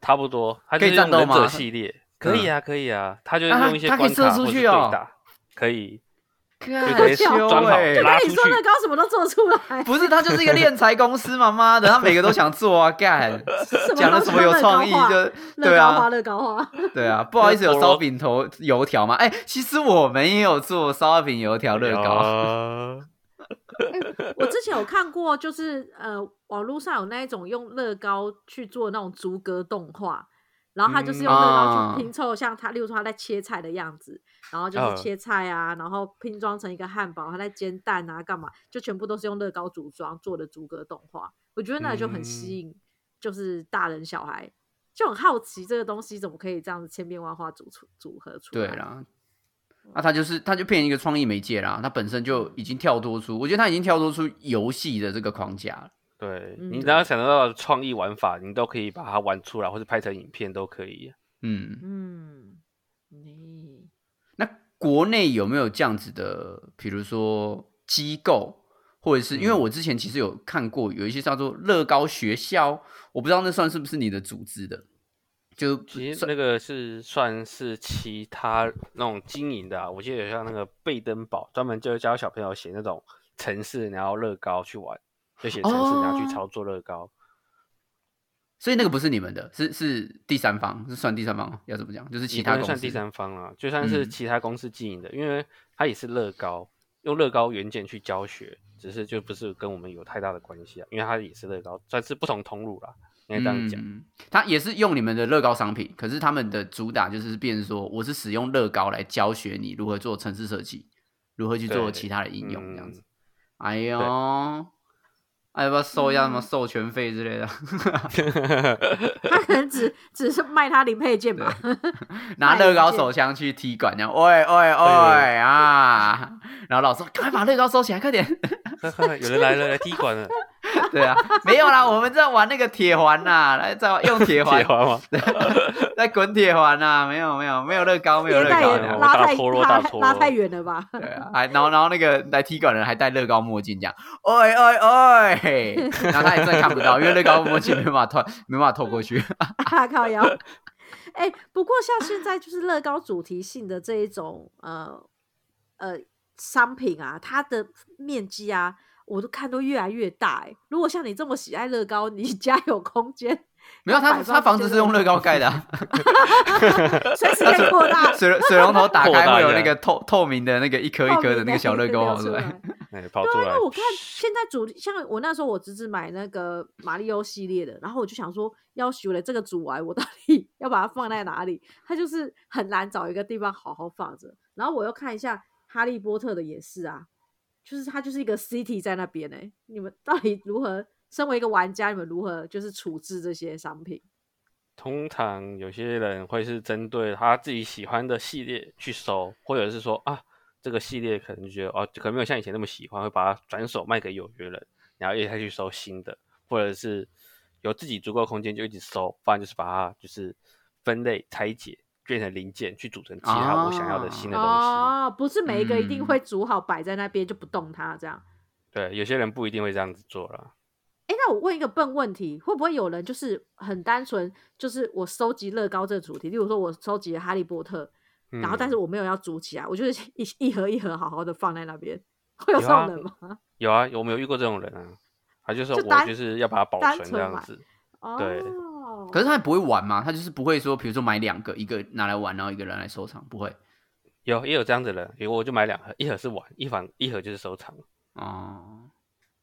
差不多，它
可以
就是用
战斗
忍者
吗嗯
系列，可以啊，可以啊，它就是
啊
用一些
它可以
关卡
射出
或是
去
对
哦
打，可以，就
看
直接
好
装
羞
好
欸
就
拉
跟
出
你说，乐
去。
高什么都做得出来，
不是，他就是一个练财公司嘛，妈的，他每个都想做 啊，干，
什
讲
么
的
都
什
是
么有创意就对
乐高
啊
花，乐高花，
对啊，不好意思，有
陀螺
烧饼头油条嘛？哎、其实我们也有做烧饼油条乐高，
高，
我之前有看过，就是呃，网络上有那一种用乐高去做那种逐格动画，然后他就是用乐高
嗯啊
去拼凑，像他，例如说他在切菜的样子，然后就
呃
嗯
是切菜啊，然后拼装成一个汉堡，他在煎蛋啊，干嘛，就全部都是用乐高组装做的逐格动画。我觉得那就很
嗯
吸引，就是大人小孩就很好奇这个东西怎么可以这样子千变万化组出组合出
对
来。
啦。那、他就是他就变一个创意媒介啦，他本身就已经跳脱出，我觉得他已经跳脱出游戏的这个框架了。
对
嗯
你只要想得到的创意玩法，你都可以把它玩出来，或是拍成影片都可以。
嗯，
嗯，你
那国内有没有这样子的，比如说机构，或者是因为
嗯
我之前其实有看过有一些叫做乐高学校，我不知道那算是不是你的组织的，就
其实
算
那个是算是其他那种经营的啊，我记得有像那个贝登堡，专门就是教小朋友写那种城市，然后乐高去玩，就写城市，然后
哦
去操作乐高。
所以那个不是你们的，是是第三方，是算第三方吗，要怎么讲？就是其
也
他
不
公
能
司
啊算第三方啦，就算是
嗯
其他公司经营的，因为它也是乐高，用乐高元件去教学，只是就不是跟我们有太大的关系啊，因为它也是乐高，算是不同通路啦，应该这样讲。
嗯，他也是用你们的乐高商品，可是他们的主打就是变成说，我是使用乐高来教学你如何做城市设计，如何去做
对
其他的应用
嗯嗯
这样子。哎呦，哎，要不要收一下什么授权费之类的？
他可能只只是卖他零配件吧。
拿乐高手枪去踢馆，这样，喂喂喂啊！ 然后老师说，赶快把乐高收起来，快点。
快
嗯
快 快有人来了，来踢馆了，
对啊，没有啦，我们在玩那个铁环呐，来再玩用铁环
铁，环吗？
在滚铁环呐，没有没有没有乐高，没有
年
乐
代
高
也
这样。
拉
大
太
陀螺大
拉
陀
拉
螺
太远了吧？
对啊，还然后然后那个来踢馆的人还戴乐高墨镜，这样，哎哎哎，然后他也真的看不到，因为乐高墨镜没办法透，没办法透过去。
哈靠腰。 哎、不过像现在就是乐高主题性的这一种呃呃商品啊，它的面积啊，我都看都越来越大、哎，如果像你这么喜爱乐高，你家有空间，
没有，他
摆放
他房子是用乐高盖的啊，。
随时可以扩大
水水龙头打
扩
开
大
会有
一下
那个透透明的那个一颗一颗的
啊
那个小乐高
爆
跑
米
出
的那个
来
流。
哎、跑出
因
啊
来
啊为，我看现在主题像我那时候我侄子买那个马里奥系列的，然后我就想说，要修了这个主玩，我到底 要把它放在哪里？它就是很难找一个地方好好放着。然后我又看一下哈利波特的也是啊，就是它就是一个 city 在那边哎、你们到底如何？身为一个玩家，你们如何就是处置这些商品？
通常有些人会是针对他自己喜欢的系列去收，或者是说啊，这个系列可能就觉得哦，可能没有像以前那么喜欢，会把它转手卖给有缘人，然后也再去收新的，或者是有自己足够空间就一直收，不然就是把它就是分类拆解，变成零件去组成其他我想要的新的东西。
哦，不是每一个一定
嗯
会煮好摆在那边就不动它这样。
对，有些人不一定会这样子做啦。
哎，那我问一个笨问题，会不会有人就是很单纯，就是我收集乐高这个主题，例如说我收集了哈利波特，然后但是
嗯
我没有要组起来，我就是 一一盒一盒好好的放在那边，会有
有
这
啊
种人吗？
有啊，有没有遇过这种人啊？他就说
就
我
单
就是要把它保
单
存这
纯
样
买
子。 对
哦，
可是他也不会玩嘛，他就是不会说，比如说买两个，一个拿来玩，然后一个人来收藏，不会。
有也有这样子的人，有我就买两盒，一盒是玩，一盒一盒就是收藏，
哦，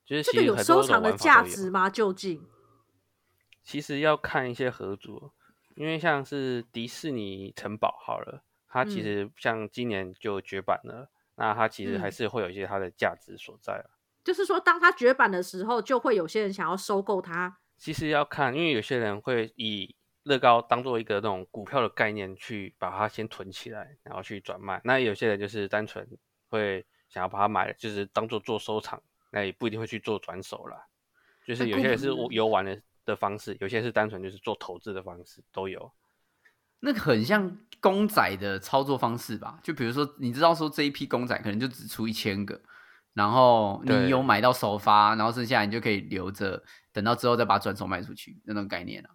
就是
这
其
个
实
有
很
收
多种
藏的
玩
价
法都
值
有。
吗？究竟？
其实要看一些合作，因为像是迪士尼城堡好了，它其
嗯
实像今年就绝版了，那它其实还
嗯
是会有一些它的价值所在啊。
就是说，当它绝版的时候，就会有些人想要收购它。
其实要看，因为有些人会以乐高当做一个那种股票的概念去把它先囤起来，然后去转卖。那有些人就是单纯会想要把它买了，就是当做做收藏，那也不一定会去做转手啦。就是有些人是
那
游玩的的方式，有些是单纯就是做投资的方式都有。
那个很像公仔的操作方式吧？就比如说，你知道说这一批公仔可能就只出一千个，然后
对
你有买到首发，然后剩下你就可以留着，等到之后再把它转手卖出去那种概念啊。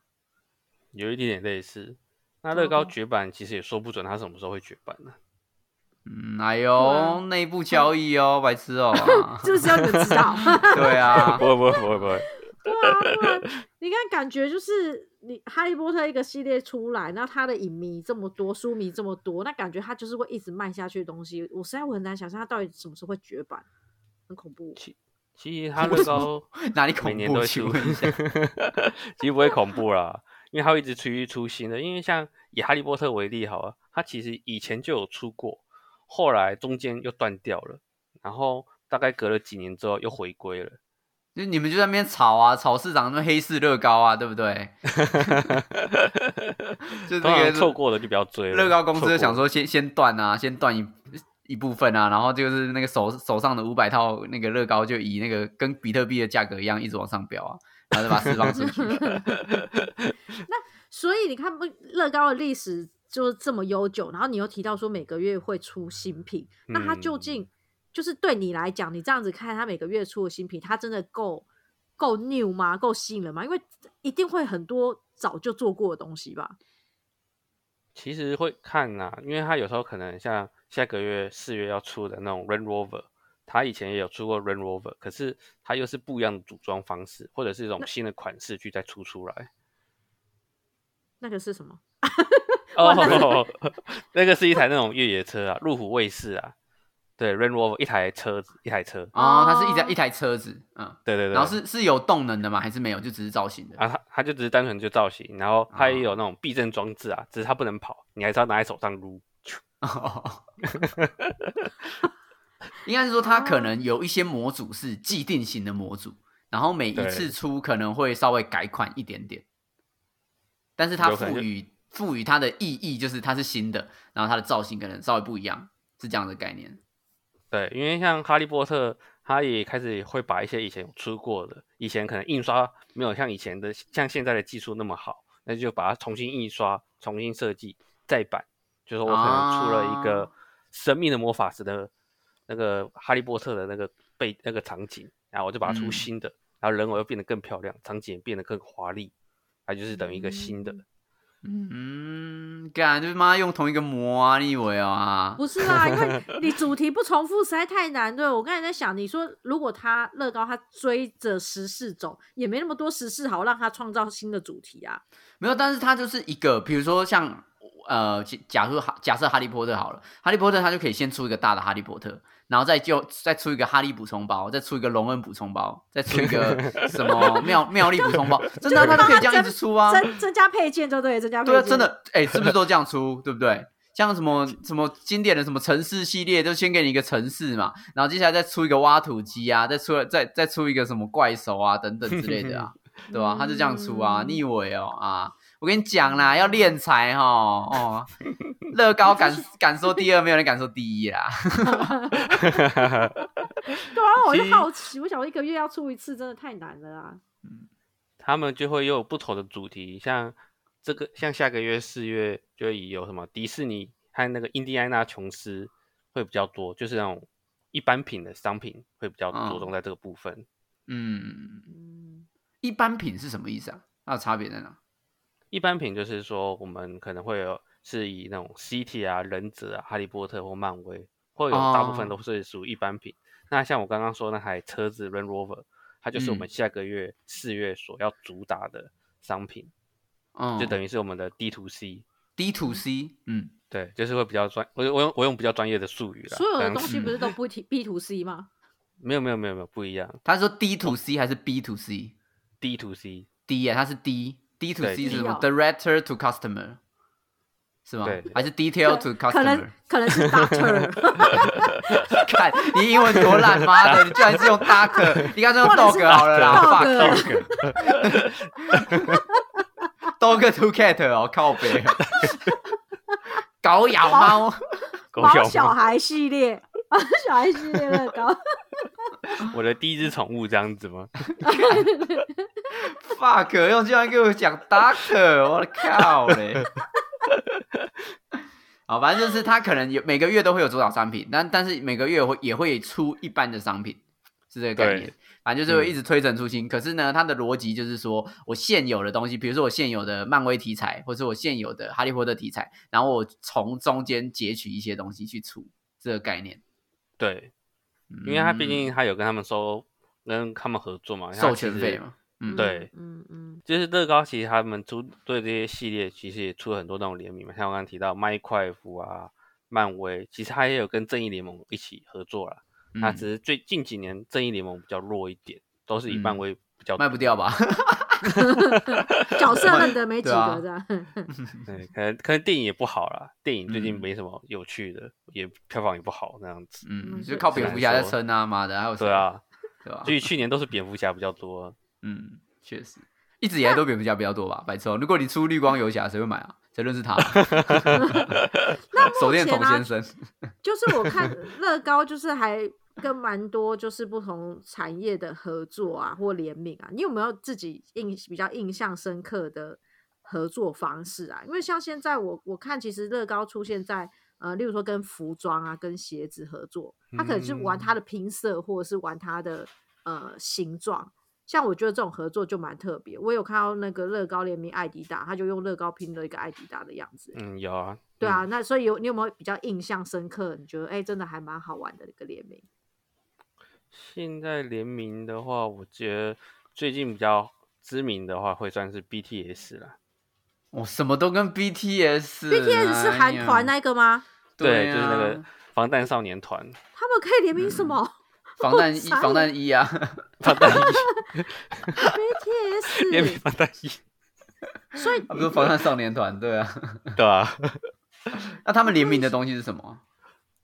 有一点点类似。那乐高
哦
绝版其实也说不准它什么时候会绝版呢、
嗯，哎
对
呦
啊，
内部交易哦，白痴 哦、
是不是要你们知道？
对啊，
不会不会不会不会，
对啊，不然你看，感觉就是你《哈利波特》一个系列出来，那它的影迷这么多，书迷这么多，那感觉它就是会一直卖下去的东西。我实在我很难想象它到底什么时候会绝版，很恐怖。
其实它乐高
哪里
每
恐
年都
怖？
会
请
出
问一下，
其实不会恐怖啦，因为它会一直持续出新的。因为像以哈利波特为例好了，它其实以前就有出过，后来中间又断掉了，然后大概隔了几年之后又回归 了。
就你们就在那边吵啊，吵市长那边黑市乐高啊，对不对？就
通
那个
常错过的就不要追了。
乐高公司
错
就
过
想说先先断啊，先断一一部分啊，然后就是那个手手上的五百套那个乐高就以那个跟比特币的价格一样一直往上飙啊，然后就把它释放出去。
所以你看，不乐高的历史就是这么悠久，然后你又提到说每个月会出新品，那它究竟就是对你来讲，你这样子看它每个月出的新品，它真的够够 new 吗？够吸引人吗？因为一定会很多早就做过的东西吧。
其实会看呐、因为它有时候可能像下个月四月要出的那种 Range Rover，它以前也有出过 Range Rover，可是它又是不一样的组装方式，或者是一种新的款式去再出出来。
那个是什么？
哦，那个是一台那种越野车啊，路虎卫士啊，对 Range Rover 一台车子，一台车，
哦，它是一台
哦
一台车子，嗯，
对对对，
然后是是有动能的吗？还是没有？就只是造型的？
啊，它它就只是单纯就造型，然后它也
啊
有那种避震装置啊，只是它不能跑，你还是要拿在手上撸。
应该是说它可能有一些模组是既定型的模组，然后每一
对
次出可能会稍微改款一点点，但是它
有可能
赋
就
予赋予它的意义就是它是新的，然后它的造型可能稍微不一样，是这样的概念。
对，因为像哈利波特，他也开始会把一些以前有出过的，以前可能印刷没有像以前的像现在的技术那么好，那就把它重新印刷、重新设计、再版。就是我可能出了一个
啊
生命的魔法石的那个哈利波特的那个背那个场景，然后我就把它出
嗯
新的，然后人偶又变得更漂亮，场景也变得更华丽，它就是等于一个新的。
嗯，干就是妈用同一个模啊，你以为啊？
不是啦，因为你主题不重复实在太难 了。我刚才在想，你说如果他乐高他追着十四走，也没那么多十四好让他创造新的主题啊。
没有，但是它就是一个，比如说像呃，假假如哈假设哈利波特好了，哈利波特它就可以先出一个大的哈利波特，然后再就再出一个哈利补充包，再出一个隆恩补充包，再出一个什么妙妙丽补充包，真的啊、它就可以这样一直出 啊，
增增加配件就对，增加配
对
件。
啊，真。的，哎、是不是都这样出， 对不对？像什么什么经典的什么城市系列，就先给你一个城市嘛，然后接下来再出一个挖土机啊，再出再再出一个什么怪兽啊等等之类的啊，对吧、他就这样出啊，
嗯
你以为哦啊？我跟你讲啦，要练财哈哦，乐高敢敢说第二，没有人敢说第一啦。
对啊，我就
其实
好奇， 我想我一个月要出一次，真的太难了啊。
他们就会又有不同的主题，像这个，像下个月四月就会有什么迪士尼和那个印第安纳琼斯会比较多，就是那种一般品的商品会比较
嗯
着重在这个部分。
嗯，
嗯，
一般品是什么意思啊？那有差别在哪？
一般品就是说我们可能会有是以那种 CT 啊、忍者啊、哈利波特或漫威，或有大部分
哦
都是属于一般品。那像我刚刚说那台车子 Range Rover，它就是我
嗯
们下个月四月所要主打的商品，
嗯，
就等于是我们的 D to C。
D to C，嗯，
对，就是会比较专，我我用我用比较专业的术语啦。
啊所有的
但
东西
啊是
不是都不 T B to C 吗？
没有没有没有没有不一样
他说 D to C 还是 B to C？
，D to C，
D 啊，它是 D D to
对
C 是
D
什么
哦
？Director to customer 是吗
对？
还是 Detail
可
to
可能
customer？
可能是 Doctor，
看你英文多烂，妈的！你居然是用 Dark，你干脆用
或者是
Dog 好了啦
dog
，fuck you，Dog to cat 哦，靠北，狗咬猫，
狗
毛
小
小
猫，
孩系列， 毛小孩系列乐高。
我的第一只宠物这样子吗？
fuck，又居然给我讲 doctor，我的靠嘞！ 好，反正就是他可能有每个月都会有主导商品，但但是每个月会也会出一般的商品，是这个概念
对。
反正就是会一直推陈出新。可是呢，它的逻辑就是说我现有的东西，比如说我现有的漫威题材，或者我现有的哈利波特题材，然后我从中间截取一些东西去出，这个概念。
对，因为他毕
嗯
竟他有跟他们收跟他们合作嘛，它
授
其
权费
实
嘛，嗯，
对
嗯嗯
就是乐高，其实他们出对这些系列，其实也出了很多那种联名嘛，像我刚刚提到麦块夫啊、漫威，其实他也有跟正义联盟一起合作啦。那
嗯
只是最近几年正义联盟比较弱一点，都是以漫
嗯
威比较
卖不掉吧？
嗯，角色认得没几
对啊
个这样。
对，可能可能电影也不好啦，电影最近
嗯
没什么有趣的，也票房也不好那样子。
嗯，
嗯
就靠蝙蝠侠在撑啊，妈的，还有谁
对，啊，
对吧？
所以去年都是蝙蝠侠比较多啊。
嗯，确实，一直以来都蝙蝠侠比较多吧，白痴哦。如果你出绿光游侠，谁会买啊？谁认 识他？
那
手
目
电
前
筒
啊
先，生，
就是我看乐高就是还跟蛮多就是不同产业的合作啊或联名啊，你有没有自己印比较印象深刻的合作方式啊？因为像现在我我看其实乐高出现在呃，例如说跟服装啊、跟鞋子合作，它可能是玩它的拼色或者是玩它的呃形状。像我觉得这种合作就蛮特别，我有看到那个乐高联名艾迪达，他就用乐高拼了一个艾迪达的样子，
嗯，有啊。
对
嗯，
啊，那所以有你有没有比较印象深刻？你觉得哎、真的还蛮好玩的一个联名？
现在联名的话，我觉得最近比较知名的话，会算是 BTS 啦。
我什么都跟 BTS。
BTS 是韩团
哎呀
那个吗？
对，
对
就是那个
啊嗯
防弹少年团，
他们可以联名什 么？
防弹衣，
傻眼
防弹衣啊，
防弹衣， 联名
BTS，
防弹衣，
所以
他不是防弹少年团，对啊。
对吧、
那他们联名的东西是什么？啊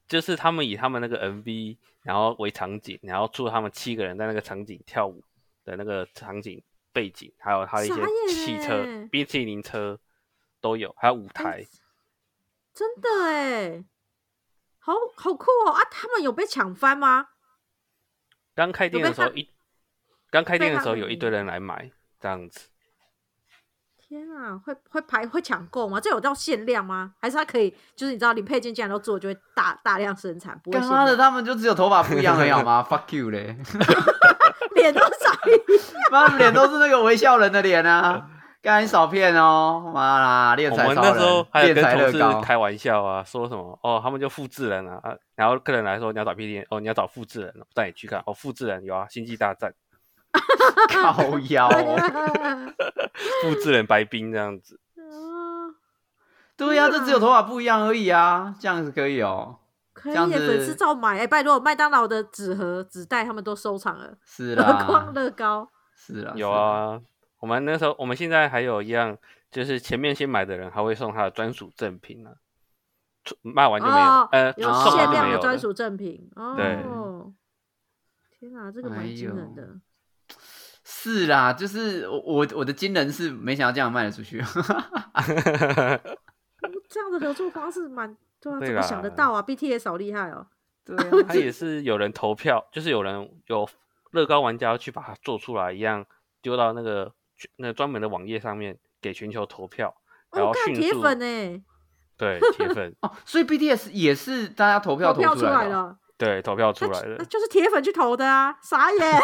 就是他们以他们那个 MV，然后为场景，然后做他们七个人在那个场景跳舞的那个场景背景，还有他的一些
傻眼
汽车
欸、哎
冰淇淋车都有，还有舞台。
真的哎，好好酷哦啊！他们有被抢翻吗？
刚开店的时候
有被
一，刚开店
被
的
他
时候有
们
一堆人来买，这样子。
天啊，会会排会抢购吗？这有到限量吗？还是它可以就是你知道零配件既然都做，就会大大量生产，不会
干
限
妈的，
量，
他们就只有头发不一样而已好吗？Fuck you 嘞！
脸都傻一
妈的脸都是那个微笑人的脸 啊！干你少骗哦！妈啦，练
我
财
们
超
那时候
人，
还有
练
跟
财
同
乐
事
高。
开玩笑啊，说什么哦，他们就复制人啊，啊然后客人来说你要找 P D，哦，你要找复制人哦，带你去看哦，复制人有啊，《星际大战
靠腰、
样。》
哦。
复制人白冰这样子。
哦
啊
对呀、这只有头发不一样而已啊，这样子可以哦。
可以
这样
耶，粉丝
子
照买哎、拜托，麦当劳的纸盒、纸袋他们都收藏了，
是
何 况
啦，
乐高。
是啦，
有
是啦，
啊，我们那时候，我们现在还有一样，就是前面先买的人还会送他的专属赠品呢、出卖完就没有，
哦
呃，
有
送完
限
就
量
没
的
有
专
了。
属赠品
对
哦。天啊，这个蛮
哎
惊人
呦
的。
是啦，就是我我我的惊人是没想到这样卖得出去，
这样的合作方式蛮对啊，
对
怎么想得
啦
到啊？BTS 好厉 害哦！
对啊，
他也是有人投票，就是有人有乐高玩家去把它做出来一样，丢到那个那专门的网页上面给全球投票，然
哦，
后
看
迅
铁
速
粉呢，
对铁粉
哦，所以 BTS 也是大家投票
投
投
票
出
来
来的哦，
了，
对投票
那
出来
就那
的，
就是铁粉去投的啊！傻 眼，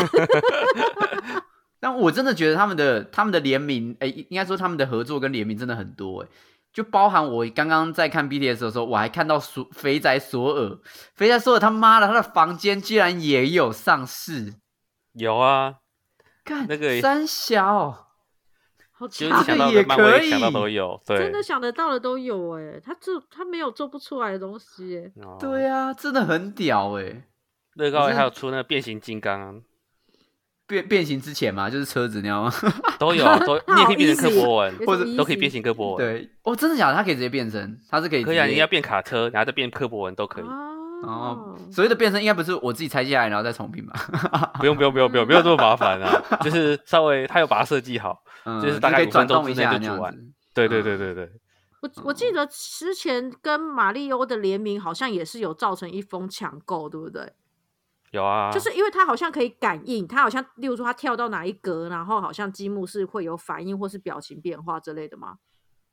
但我真的觉得他们的他们的联名，哎、应该说他们的合作跟联名真的很多、哎，就包含我刚刚在看 BTS 的时候，我还看到索肥宅索尔，肥宅索尔他妈的他的房间居然也有上市，
有啊，
看
那个
三小，
好
就
强
是
这个
你想到
也
的漫威
可
想到都
以
有，
真
对
的，想得到的都有哎，他做他没有做不出来的东西哎，
哦
对啊，真的很屌哎、
乐高
是
还有出那个变形金刚啊。
变变形之前嘛，就是车子那样吗？
都有啊，都你也可以变成
好 easy
柯博文
有，
或
什
者
么
都可以
easy
变形柯博文，
对，哦，真的假的？它可以直接变身，它是可以
可
直
以啊，
接
你要变嗯卡车，然后再变柯博文都可以，
啊
哦
哦，，
所谓的变身应该不是我自己拆下来然后再重 拼吧？
不用不用不用不用不用这么麻烦 啊，就是稍微他有把它设计好，
嗯，
就是大概
可以
五分
转
钟
动一
之内
下
就
那
煮
样
完
子。
对对对对对，
我我
哦
记得之前跟马里欧的联名好像也是有造成一封抢购，对不对？
有啊，
嗯就是因为它好像可以感应，它好像例如说它跳到哪一格，然后好像积木是会有反应或是表情变化之类的吗？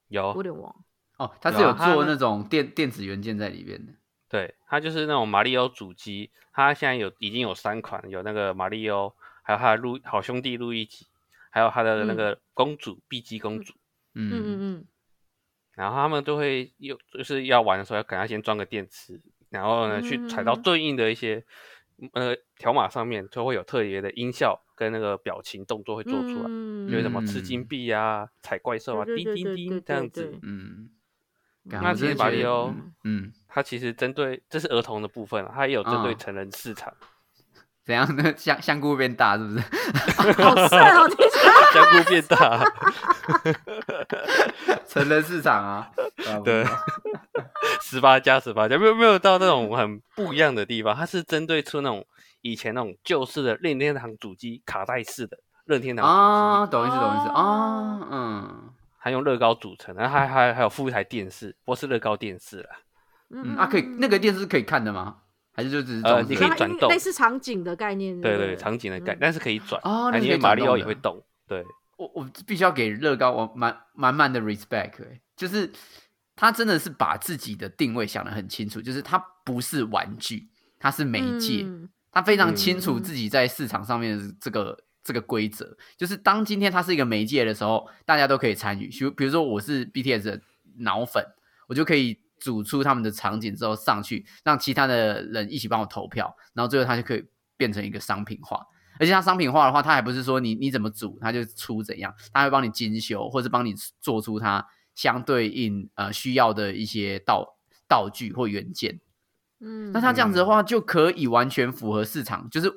我有
有，
点忘了。
哦，它是
有
有
啊它
做
呢
那种电电子元件在里边的。
对，它就是那种马里奥主机，它现在有已经有三款，有那个马里奥，还有他的路好兄弟路易吉，还有他的那个公主碧姬公主，
嗯
嗯，
嗯嗯。
然后他们都会有就是要玩的时候，要赶快先装个电池，然后呢去踩到
嗯
对应的一些呃条码上面，就会有特别的音效跟那个表情动作会做出来，
嗯
就是什么吃
嗯
金币啊、踩怪兽啊、
对
叮
对
叮
对对
叮这
对
样
对
子。
嗯，干
那
我
其
真
实
的
马
觉
里
得
奥
嗯，嗯
它其实针对这是儿童的部分啊，它也有针对
嗯
成人市场，
怎样？ 那香香菇变大是不 是？
好色哦！听起 来
香菇变大，
成人市场啊，
对，十八加十八加，没有没有到那种很不一样的地方，它是针对出那种以前那种旧式的任天堂主机卡带式的任天堂主机。
啊，懂意思，懂意思啊
哦，
嗯
它用乐高组成，然后还还还有附一台电视，不是乐高电视啦，
嗯，啊，可以，那个电视可以看的吗？还是就只是装
呃你
着
可以
它
转
因为
动
类似场景的概念。
对
对
对，
不
场景的感，
嗯
但是可以转，
哦那是
啊因
可
为
以
马
转
里
动
奥也
的
会动，对，
我我必须要给乐高我满满满的 respect，、欸、就是他真的是把自己的定位想得很清楚，就是他不是玩具，他是媒介，
嗯
他非常清楚
嗯
自己在市场上面的这个这个规则，就是当今天它是一个媒介的时候，大家都可以参与。比如比如说我是 BTS 的脑粉，我就可以组出他们的场景之后上去，让其他的人一起帮我投票，然后最后它就可以变成一个商品化。而且它商品化的话，它还不是说你你怎么组它就出怎样，它会帮你精修，或是帮你做出它相对应呃需要的一些道道具或元件。
嗯，
那它这样子的话，就可以完全符合市场，就是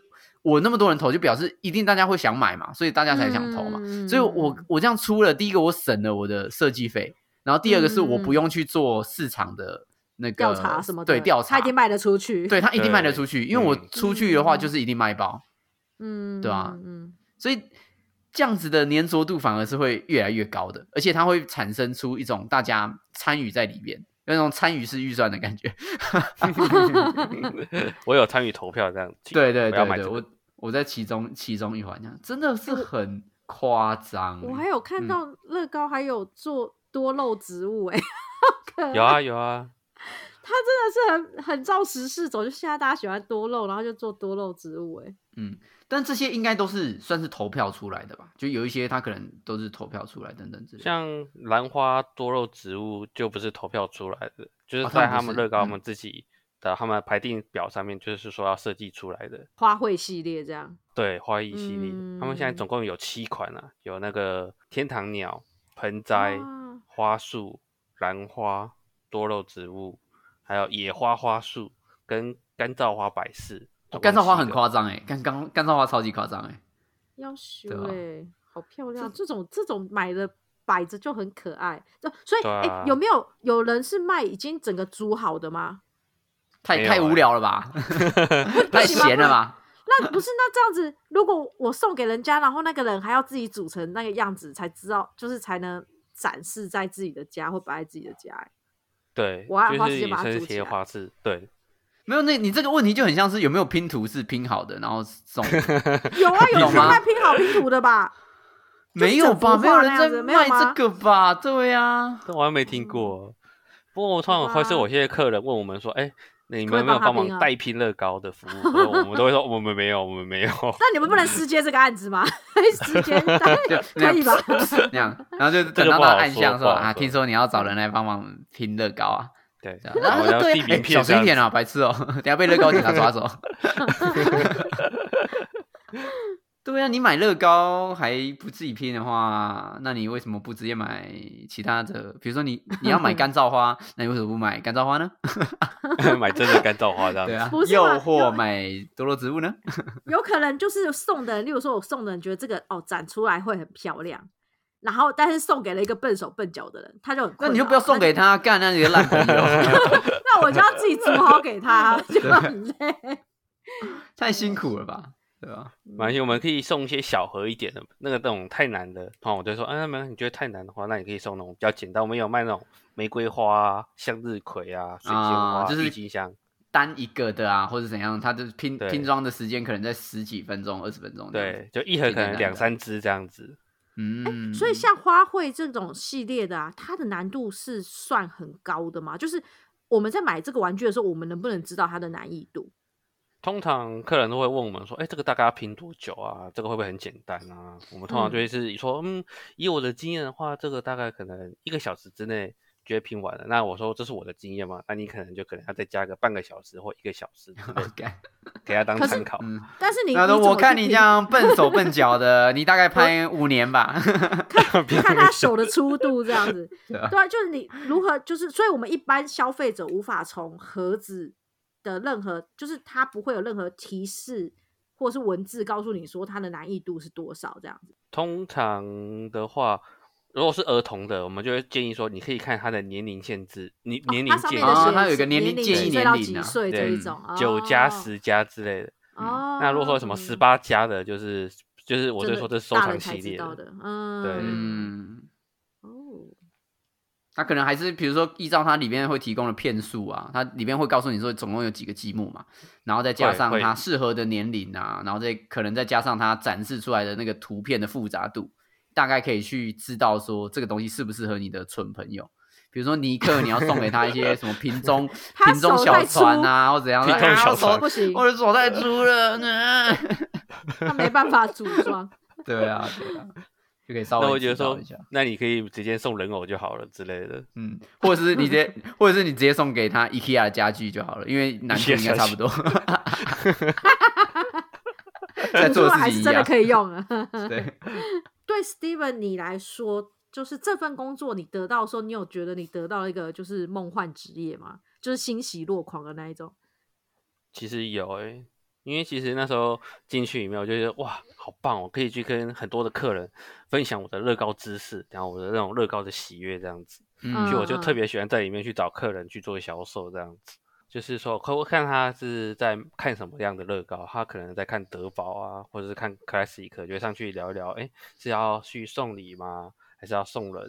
我那么多人投，就表示一定大家会想买嘛，所以大家才想投嘛。
嗯
所以我我这样出了，第一个我省了我的设计费，然后第二个是我不用去做市场的那个
嗯调查什么的
对调
他
查
一，定卖得出去。，
对它一定卖得
对
出去，因为我
嗯
出去的话
嗯
就是一定卖爆，
嗯，
对啊
嗯，
所以这样子的粘着度反而是会越来越高的，而且它会产生出一种大家参与在里边，有那种参与式预算的感觉。
我有参与投票这样。
对对
我要
对
买
对，
这
我
个
我在其中其中一环，这样真的是很夸张欸。
哎我还有看
嗯
到乐高还有做多肉植物、欸，哎，
有啊有啊，
他真的是很很照时事走，就现在大家喜欢多肉，然后就做多肉植物、欸，哎，
但这些应该都是算是投票出来的吧？就有一些他可能都是投票出来等等之类的。
像兰花多肉植物就不是投票出来的，就是
哦他
在
们不
他们
是
乐高
嗯
他们自己的、他们排定表上面，就是说要设计出来的。
花卉系列这样。
对，花艺系列，他们现在
嗯
总共有七款啊，有那个天堂鸟、盆栽、
哇
花束、兰花、多肉植物，还有野花花束跟干燥花百事。
哦
总
干
共
燥花
七
很
个
夸张哎，干干干燥花超级夸张哎。
要修
对啊
哎、好漂亮！这种这种买的摆着就很可爱。这所以
对
哎、
啊
有没有有人是卖已经整个煮好的吗？
太
没有
太
欸
无聊了 吧，太闲了吧？
那不是那这样子，如果我送给人家，然后那个人还要自己煮成那个样子，才知道就是才能展示在自己的家或摆在自己的家、欸。
对，
我要花时
就是
间
也
把它
算是
煮起
贴
来
花式，对，
没有，那你这个问题就很像是有没有拼图是拼好的，然后送
有啊，有
懂
人
吗
卖拼好拼图的吧？
没有吧？
就是整幅画
没有人
那
在
样子没有
卖
吗
这个吧？对啊呀，
但我还没听过。哦不过我通常
好
会是
吧
我现在客人问我们说，哎，你
可不可以
们有没
帮
有
他
帮忙
拼啊
代拼乐高的服务？然后我们都会说我们没有，我们没有。
那你们不能私接这个案子吗？私接
就
可以吧？
那样，然后就
这
等
就
到
不
他
好
暗
说
箱
不
说
好
啊，
说
听说你要找人来帮忙拼乐高啊，
对
这，样
然
然后
后我
他
要
说对
地
啊，
名
哎小
片这
声一
样
点
子
啊，白痴哦， 等下被乐高警察抓 走。对啊，你买乐高还不自己拼的话，那你为什么不直接买其他的？比如说你你要买干燥花，那你为什么不买干燥花呢？
买真的干燥花这样
对
子。
啊
不，是
又
嘛
或
有
买多肉植物呢？
有可能就是送的人，例如说我送的人觉得这个哦展出来会很漂亮，然后但是送给了一个笨手笨脚的人，他就很
那
困
你就
扰
不要送给，他，干那你的烂朋 友，
那那我就要自己煮好给 他，就很累。
太辛苦了吧？对吧？
没关系，我们可以送一些小盒一点的，那个那种太难的，然后我就说，啊，没有，你觉得太难的话，那你可以送那种比较简单。我们有卖那种玫瑰花、啊、向日葵啊、水仙花、
啊就是
郁金香，
单一个的啊，或者怎样，它的拼
对
拼装的时间可能在十几分钟、二十分钟。
对，，就一盒
简
可
简
能
单
两
单
三支这样子。
嗯，
哎所以像花卉这种系列的啊，它的难度是算很高的嘛？就是我们在买这个玩具的时候，我们能不能知道它的难易度？
通常客人都会问我们说，哎、这个大概要拼多久啊？这个会不会很简单啊？我们通常就会是说，嗯，以我的经验的话，这个大概可能一个小时之内就会拼完了。那我说这是我的经验嘛，那你可能就可能要再加个半个小时或一个小时之类
OK，
给他当
可是
参考。
嗯，
但是你，
那
你怎么
我看
去
你
评
这样 笨手笨脚的，你大概拍五年吧。
嗯 看他手的粗度这样子，
对啊
对啊，就是你如何就是，所以我们一般消费者无法从盒子的任何，就是它不会有任何提示或是文字告诉你说它的难易度是多少这样子。
通常的话，如果是儿童的，我们就会建议说，你可以看他的年龄限制，年
哦
年龄
它上
界
面
哦
的写
限，
它有一个
是
年龄建
几
议
岁
年
到
龄
几
啊
岁这
对
一种，
九加
哦，
十加之类的。
哦，
那如果说什么十八加的，就是就是我
真
就
的
说这是收
大
藏
人才
系
知
列
道
的，
的，嗯，
对
嗯，
哦，
他可能还是比如说依照它里面会提供的片数啊，它里面会告诉你说总共有几个积木嘛，然后再加
会
上
会
它适合的年龄啊，然后再可能再加上它展示出来的那个图片的复杂度，大概可以去知道说这个东西适不适合你的蠢朋友。比如说尼克，你要送给他一些什么瓶中
他
瓶中
手
小
太粗
船啊，或怎样？
瓶
哎
中
呀
小
我手
船
不行，
我的手太粗 了，嗯
他没办法组 装。
对啊，对啊，就可以稍
那我
微
觉得
指导
说
一下，，
那你可以直接送人偶就好了之类的。
嗯，或者是你直 接，或者是你直接送给他 IKEA 的家具就好了，因为难度
IKEA
应该差不多， 在
你
做
说
的
还
事
是
情一
真的
样，
可以用啊。
对，
对 Steven 你来说，就是这份工作你得到的时候，你有觉得你得到一个就是梦幻职业吗？就是欣喜若狂的那一种。
其实有诶、因为其实那时候进去里面，我就觉得哇，好棒哦！我可以去跟很多的客人分享我的乐高知识，然后我的那种乐高的喜悦这样子。
嗯
所以我就
嗯
特别喜欢在里面去找客人去做销售这样子。就是说，客户看他是在看什么样的乐高，他可能在看德宝啊，或者是看 classic，就会上去聊一聊，哎，是要去送礼吗？还是要送人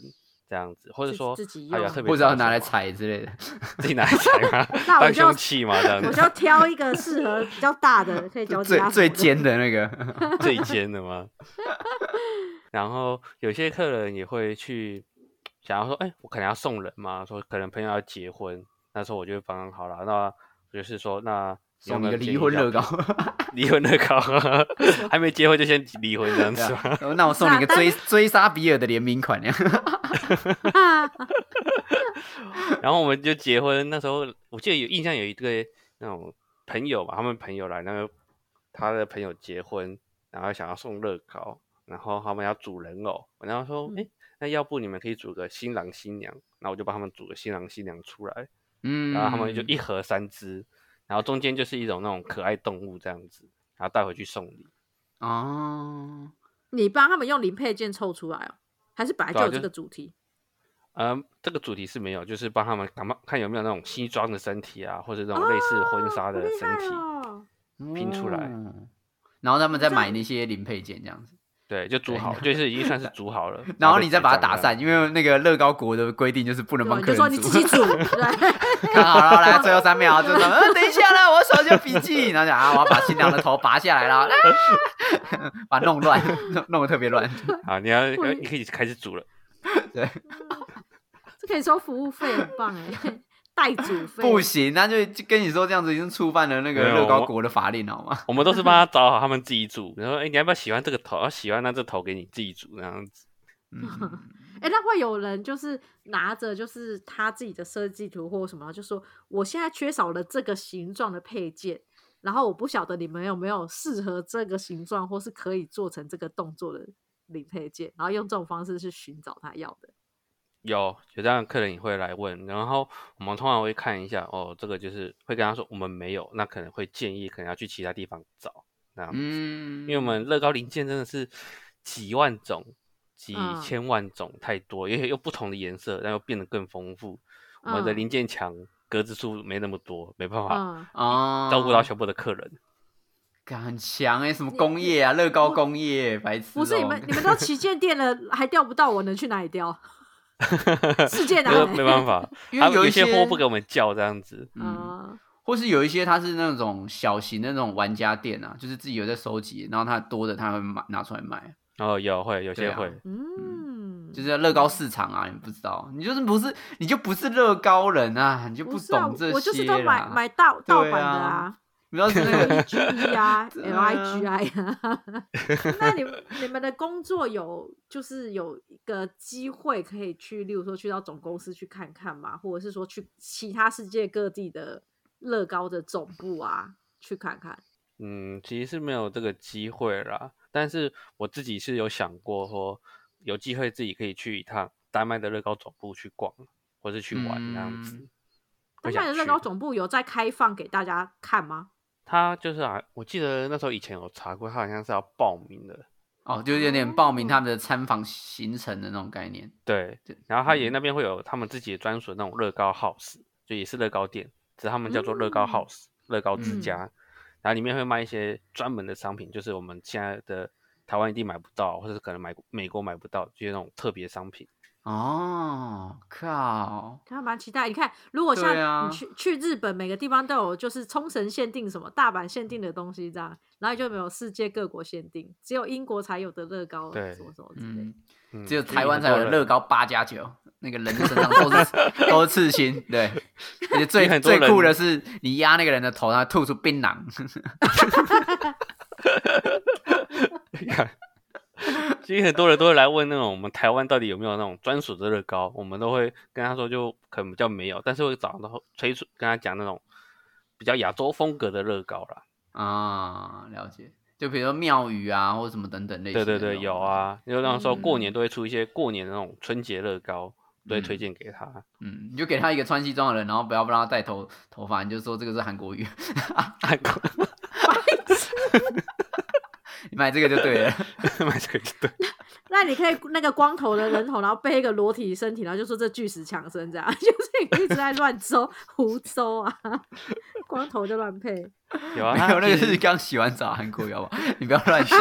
这样子？或者
自
说，
自己
他有
用？
特别
或者要
挑
拿来
什么，
踩之类的。
自己拿来踩吗
那我
当
就
凶器嘛，这样
我
子
就。要挑一个适合比较大的，可以交
嗯最
给他
最
做的
尖的那 个，
最尖的吗？ 然后有些客人也会去想要说，哎、我可能要送人嘛，说可能朋友要结婚，那时候我就会帮好了，那我就是说，那你要
送一
不要
个
建
离
议
婚
一下
乐高，
离婚乐高， 还没结婚就先离婚这样
对
子
啊
吗？
然后那我送你一个追追杀比尔的联名 款，那样
啊
然后我们就结婚，那时候我记得有印象有一对那种朋友吧，他们朋友来，那个他的朋友结婚，然后想要送乐高，然后他们要组人偶，然后说，
嗯
哎、那要不你们可以组个新郎新娘，那我就帮他们组个新郎新娘出来，
嗯，
然后他们就一盒三只，然后中间就是一种那种可爱动物这样子，然后带回去送礼。
哦，
你帮他们用零配件凑出来哦，还是本来就
对啊
有这
就
个主题？
嗯，这个主题是没有，就是帮他们看看有没有那种西装的身体啊，或者那种类似婚纱
好
的
厉
身
害
体。
哦！
拼
拼出来
哦然后他们再
这样
买那些零配件这样子，
对，就煮
对
好，就是已经算是煮好了
。然后你再把它打
再
散，因为那个乐高国的规定就是不能
对吧，
帮
你
客
就说你
人
自
组。
己煮，对，
看 好了，来最后三秒，就说嗯，等一下啦，我手下笔记，然后讲啊，我要把新娘的头拔下来啦，啊 把它弄乱，弄弄得特别 乱。
这样啊，你要
我
你可以开始煮了。
对，
这可以收服务费，很棒哎， 代煮费
不行，那就就跟你说这样子已经触犯了那个
没有
乐高
我
国的法令，好吗？
我们都是 帮他找好他们自己煮，然后哎，你要不要喜欢这个头？啊，喜欢那这头给你自己煮这样子。
嗯，
哎、那会有人就是拿着就是他自己的设计图或什么，就说我现在缺少了这个形状的配件，然后我不晓得你们有没有适合这个形状或是可以做成这个动作的零配件，然后用这种方式去寻找他要的。
有有这样的客人也会来问，然后我们通常会看一下哦，这个就是会跟他说我们没有，那可能会建议可能要去其他地方找那样子。
嗯，
因为我们乐高零件真的是几万种、几
嗯
千万种，太多，因为又不同的颜色，然后变得更丰富。我们的
嗯
零件墙格子数没那么多，没办法
嗯，
哦，
照顾到全部的客人。
干很强哎、什么工业啊，乐高工业，白痴、哦
不是你们你们都旗舰店了，还钓不到，我能去哪里钓？世界哪
没有
里？
没办法，
因
他
为
们有
一
些货不给我们叫这样子。
嗯，
嗯，
或是有一些它是那种小型的那种玩家店啊，就是自己有在收集，然后它多的他会买拿出来卖，
哦，有会有
对
些
啊
会，
嗯，
就是乐高市场啊，你不知道，你就是不是你就不是乐高人啊，你就
不是啊
懂这些啦。
我就是都买买盗盗版
对
的
啊
啊
你知 道是那个
LGE 啊
对啊
，LIGI 啊。那你们你们的工作有就是有一个机会可以去，例如说去到总公司去看看嘛，或者是说去其他世界各地的乐高的总部啊去看看。
嗯，其实是没有这个机会啦。但是我自己是有想过说，有机会自己可以去一趟丹麦的乐高总部去逛，或是去玩这样子
嗯。
会
丹
想
麦的乐高
去
总部有在开放给大家看吗？
他就是啊，我记得那时候以前有查过，他好像是要报名的，
哦，就是有点报名他们的参访行程的那种概念。
对
对。
然后他也
嗯
那边会有他们自己的专属的那种乐高 house，就也是乐高店，只是他们叫做乐高
嗯
house，、乐高之
嗯
家。然后里面会卖一些专门的商品，就是我们现在的台湾一定买不到，或者是可能买美国买不到，就是那种特别商品。
哦，靠！
还蛮期待。你看，如果像
对啊
你去、去日本，每个地方都有就是冲绳限定什么大阪限定的东西这样，然后就没有世界各国限定，只有英国才有的乐高
对
什么什么之类的
嗯，
嗯
只有
所以
台湾
很
才
多
有的
人
乐高八加九，那个人的身上都 是都是刺青，对。而且
因为
最
很多
最
人
酷的是，你压那个人的头，他吐出槟榔。
其实很多人都会来问那种我们台湾到底有没有那种专属的乐高，我们都会跟他说就可能比较没有，但是会找到推出跟他讲那种比较亚洲风格的乐高啦。
啊、了解。就比如说庙宇啊，或者什么等等类型。啊
对对对，有。啊，就那时候过年都会出一些过年的那种春节乐高，都会
嗯
推荐给他。
嗯，你就给他一个穿西装的人，然后不要让他戴头头发，你就说这个是韩国语，
韩国
你买这个就对 了。
买这个就 对，
那你可以那个光头的人头，然后背一个裸体身体，然后就说这巨石强森这样， 就是你可以一直在乱诌胡诌啊， 光头就乱配。
有啊，
没
他
有，那个
其实
是刚洗完澡韩国语，好不好？你不要乱想，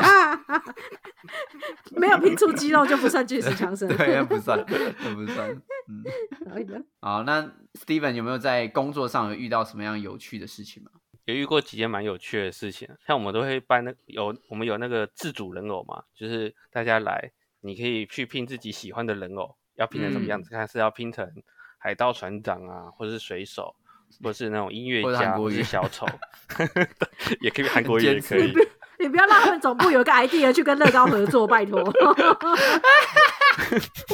没有拼出肌肉就不算巨石强森。
对，那不算，那不算。嗯，
可以的
好，那 Steven 有没有在工作上有遇到什么样有趣的事情吗？
也遇过几件蛮有趣的事情，像我们都会办那有我们有那个自主人偶嘛，就是大家来，你可以去拼自己喜欢的人偶，要拼成什么
嗯
样子？看是要拼成海盗船长啊，或者是水手，或者是那种音乐
或者
家，
韩国
或者是
语
小 丑， 也可以韩国语
坚
也可
持
以。
你不要让他们总部有一个 idea 去跟乐高合作，拜托。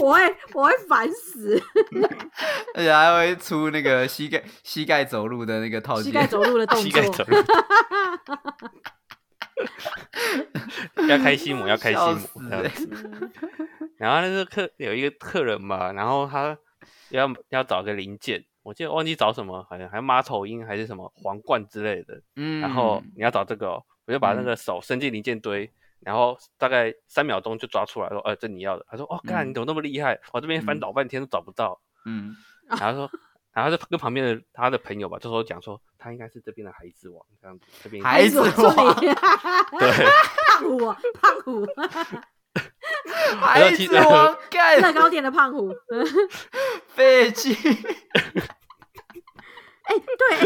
我会我会烦死，
而且还会出那个膝盖膝盖走路的那个套
膝
件，
盖走路的动
膝盖走
作，
路， 要开心母，要开心
笑
母
死
这样
欸
子。
嗯
然后那个客有一个客人嘛，然后他要要找个零件，我记得忘记找什么，好像还马头鹰还是什么皇冠之类的。
嗯，
然后你要找这个、哦，我就把那
嗯
个手伸进零件堆，然后大概三秒钟就抓出来说，呃，这你要的。他说，哦，干，你
嗯
怎么那么厉害？我这边翻
嗯
找半天都找不 到。
嗯，
然后他说，然后他就跟旁边的他的朋友吧，就说讲说他应该是这边的孩子王，这样子这边
孩子
我
王
说你
对。
胖虎哦胖虎，
孩
其
子
实
王
乐
干
高店的胖虎。
废弃，
哎、对，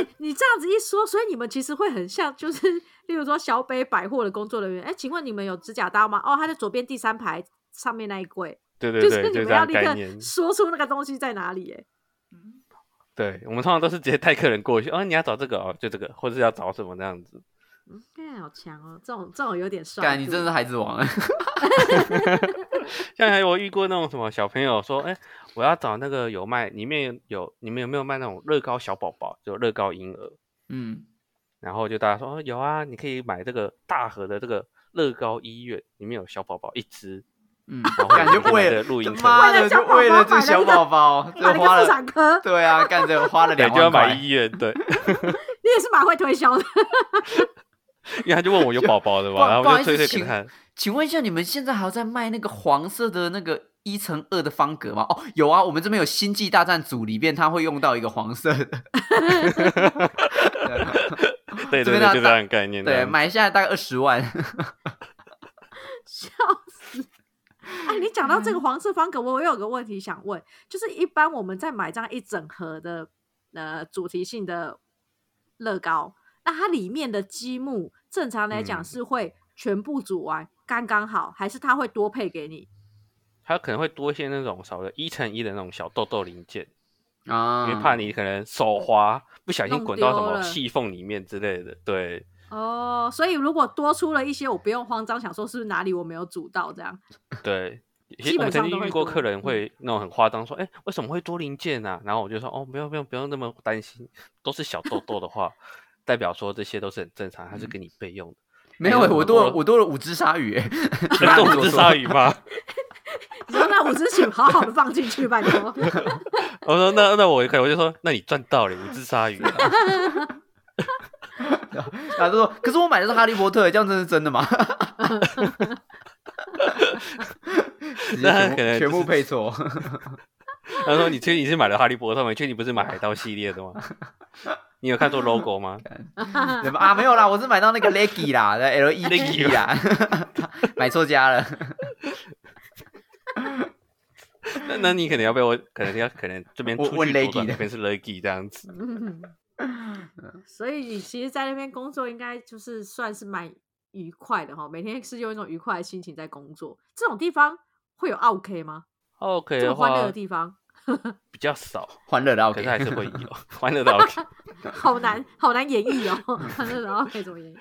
哎、你这样子一说，所以你们其实会很像，就是例如说小北百货的工作人员。哎、请问你们有指甲刀吗？哦，他在左边第三排上面那一柜，
对 对
就是
对，
你
就
们
这
要
样
立
概念
刻。说出那个东西在哪里、哎，
对我们通常都是直接带客人过去，哦，你要找这个哦，就这个，或者是要找什么那样子。
嗯，哎好强哦，这种这种有点帅度。
干你真是孩子王，啊
像还有我遇过那种什么小朋友说，哎，我要找那个有卖，里面有你们有没有卖那种乐高小宝宝，就乐高婴儿？
嗯，
然后就大家说、哦、有啊，你可以买这个大盒的这个乐高医院，里面有小宝宝一只，
嗯，
然后
感觉
我们
为
就买
了
了录音
这
课
妈
为了
的，
小
就
宝宝
为
买
了这
了一个买
小宝宝，这
了个
花
妇
了，
产科，
对啊，干这花了
对，
两
就要
万
买
块，
医院，对，
你也是蛮会推销的。
因为他就问我有宝宝的
不好
嘛，然后
不好
我
意
就
思
推推给
请
他，
请问一下，你们现在还有在卖那个黄色的那个一乘二的方格吗？哦，有啊，我们这边有《星际大战》组里边，它会用到一个黄色 的。这边大
对对对，就这样的概念，这
对，
样子
买下来大概二十 万。
笑死！哎，你讲到这个黄色方格，我我有个问题想问，就是一般我们在买这样一整盒的呃主题性的乐高，那它里面的积木，正常来讲
嗯
是会全部组完刚刚好，还是它会多配给你？
他可能会多一些那种少了一乘一的那种小豆豆零件。
啊，
因为怕你可能手滑，不小心滚到
嗯
什
弄丢了
么细缝里面之类的。对，
哦，所以如果多出了一些，我不用慌张，想说是不是哪里我没有组到这样。
对，其
基
实我
本
们
上
曾
都
经
会嗯
遇过
多
客人会那种很夸张，说：“哎、为什么会多零件啊？”然后我就说：“哦，不用不用不用那么担心，都是小痘痘的话， 代表说这些都是很正常，它
嗯
是给你备用的。
没有欸，我多了
我
我多了五只鲨鱼欸，
人
哪里
动
做
之
错
鲨鱼吗？
你说那五只请好好的放进去，拜托。
我说：“那那我可能我就说，那你赚到了五只鲨鱼、啊。
然后他说，可是我买的是哈利波特欸，这样真是真的 吗？直接
那
全部
可能
全
就
部
是
配错，”
他说：“你确定你是买了哈利波特吗？你确定你不是买海盗系列的吗？ 你有看错 logo 吗？”
怎么啊？没有啦，我是买到那个 Leggy 啦，L E G
Leggy 啊
啦， 买错家了。
那那你可能要被我，可能要可能这边
我
出
问
去左
Leggy
转，
的
那边是 Leggy 这样子。
嗯，所以你其实，在那边工作应该就是算是蛮愉快的哈，每天是用一种愉快的心情在工作。这种地方会有 OK 吗？
OK
这
哦的
么欢乐
话
的地方，
比较少，
欢乐的
可
OK，
是 还是会有欢乐的 OK。
好难，好难演绎 哦。那种 OK 怎么演绎？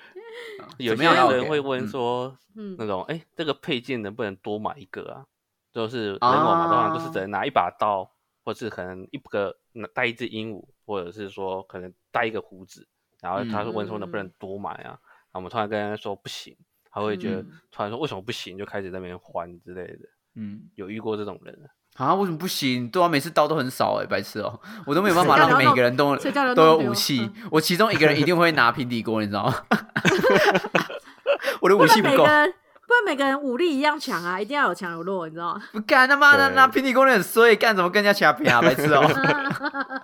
有
怎么
些
样的
人
OK？
会问
嗯
说，
嗯，
那种哎，这个配件能不能多买一个啊？就是人偶嘛，通常就是只能拿一把刀，或是可能一个拿带一只鹦鹉，或者是说可能带一个胡子。然后他会问说能不能
嗯
多买啊？然后我们突然跟他说不行，他会觉得
嗯
突然说为什么不行，就开始在那边欢之类的。
嗯，
有遇过这种人，
啊，为什么不行？对啊，每次刀都很少哎、白痴哦、 我都没有办法
所以
让
叫他
每个人都
所以叫他
都有
弄丢嗯
武器。我其中一个人一定会拿平底锅，你知道吗？ 我的
不
武
然
器
每
不够
个，人不然每个人武力一样强啊，一定要有强有弱，你知道吗？
不干他妈的
对
拿平底锅那很衰，干怎么跟人家掐平啊？白 痴哦、
嗯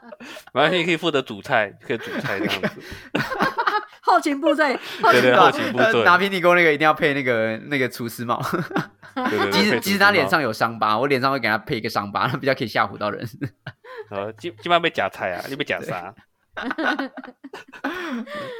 然后你可以负责煮菜，可以煮菜这 样子。
后勤部队，后
对
勤
对，
部
后
队
勤部
呃
队，
拿平底锅那个一定要配那个那个厨师帽，
对对对
即
可以
使
煮
即使他
吃
脸
嘛
上有伤疤，我脸上会给他配一个伤疤，比较可以吓唬到人。
呃，基基本上被夹菜啊，你被夹杀。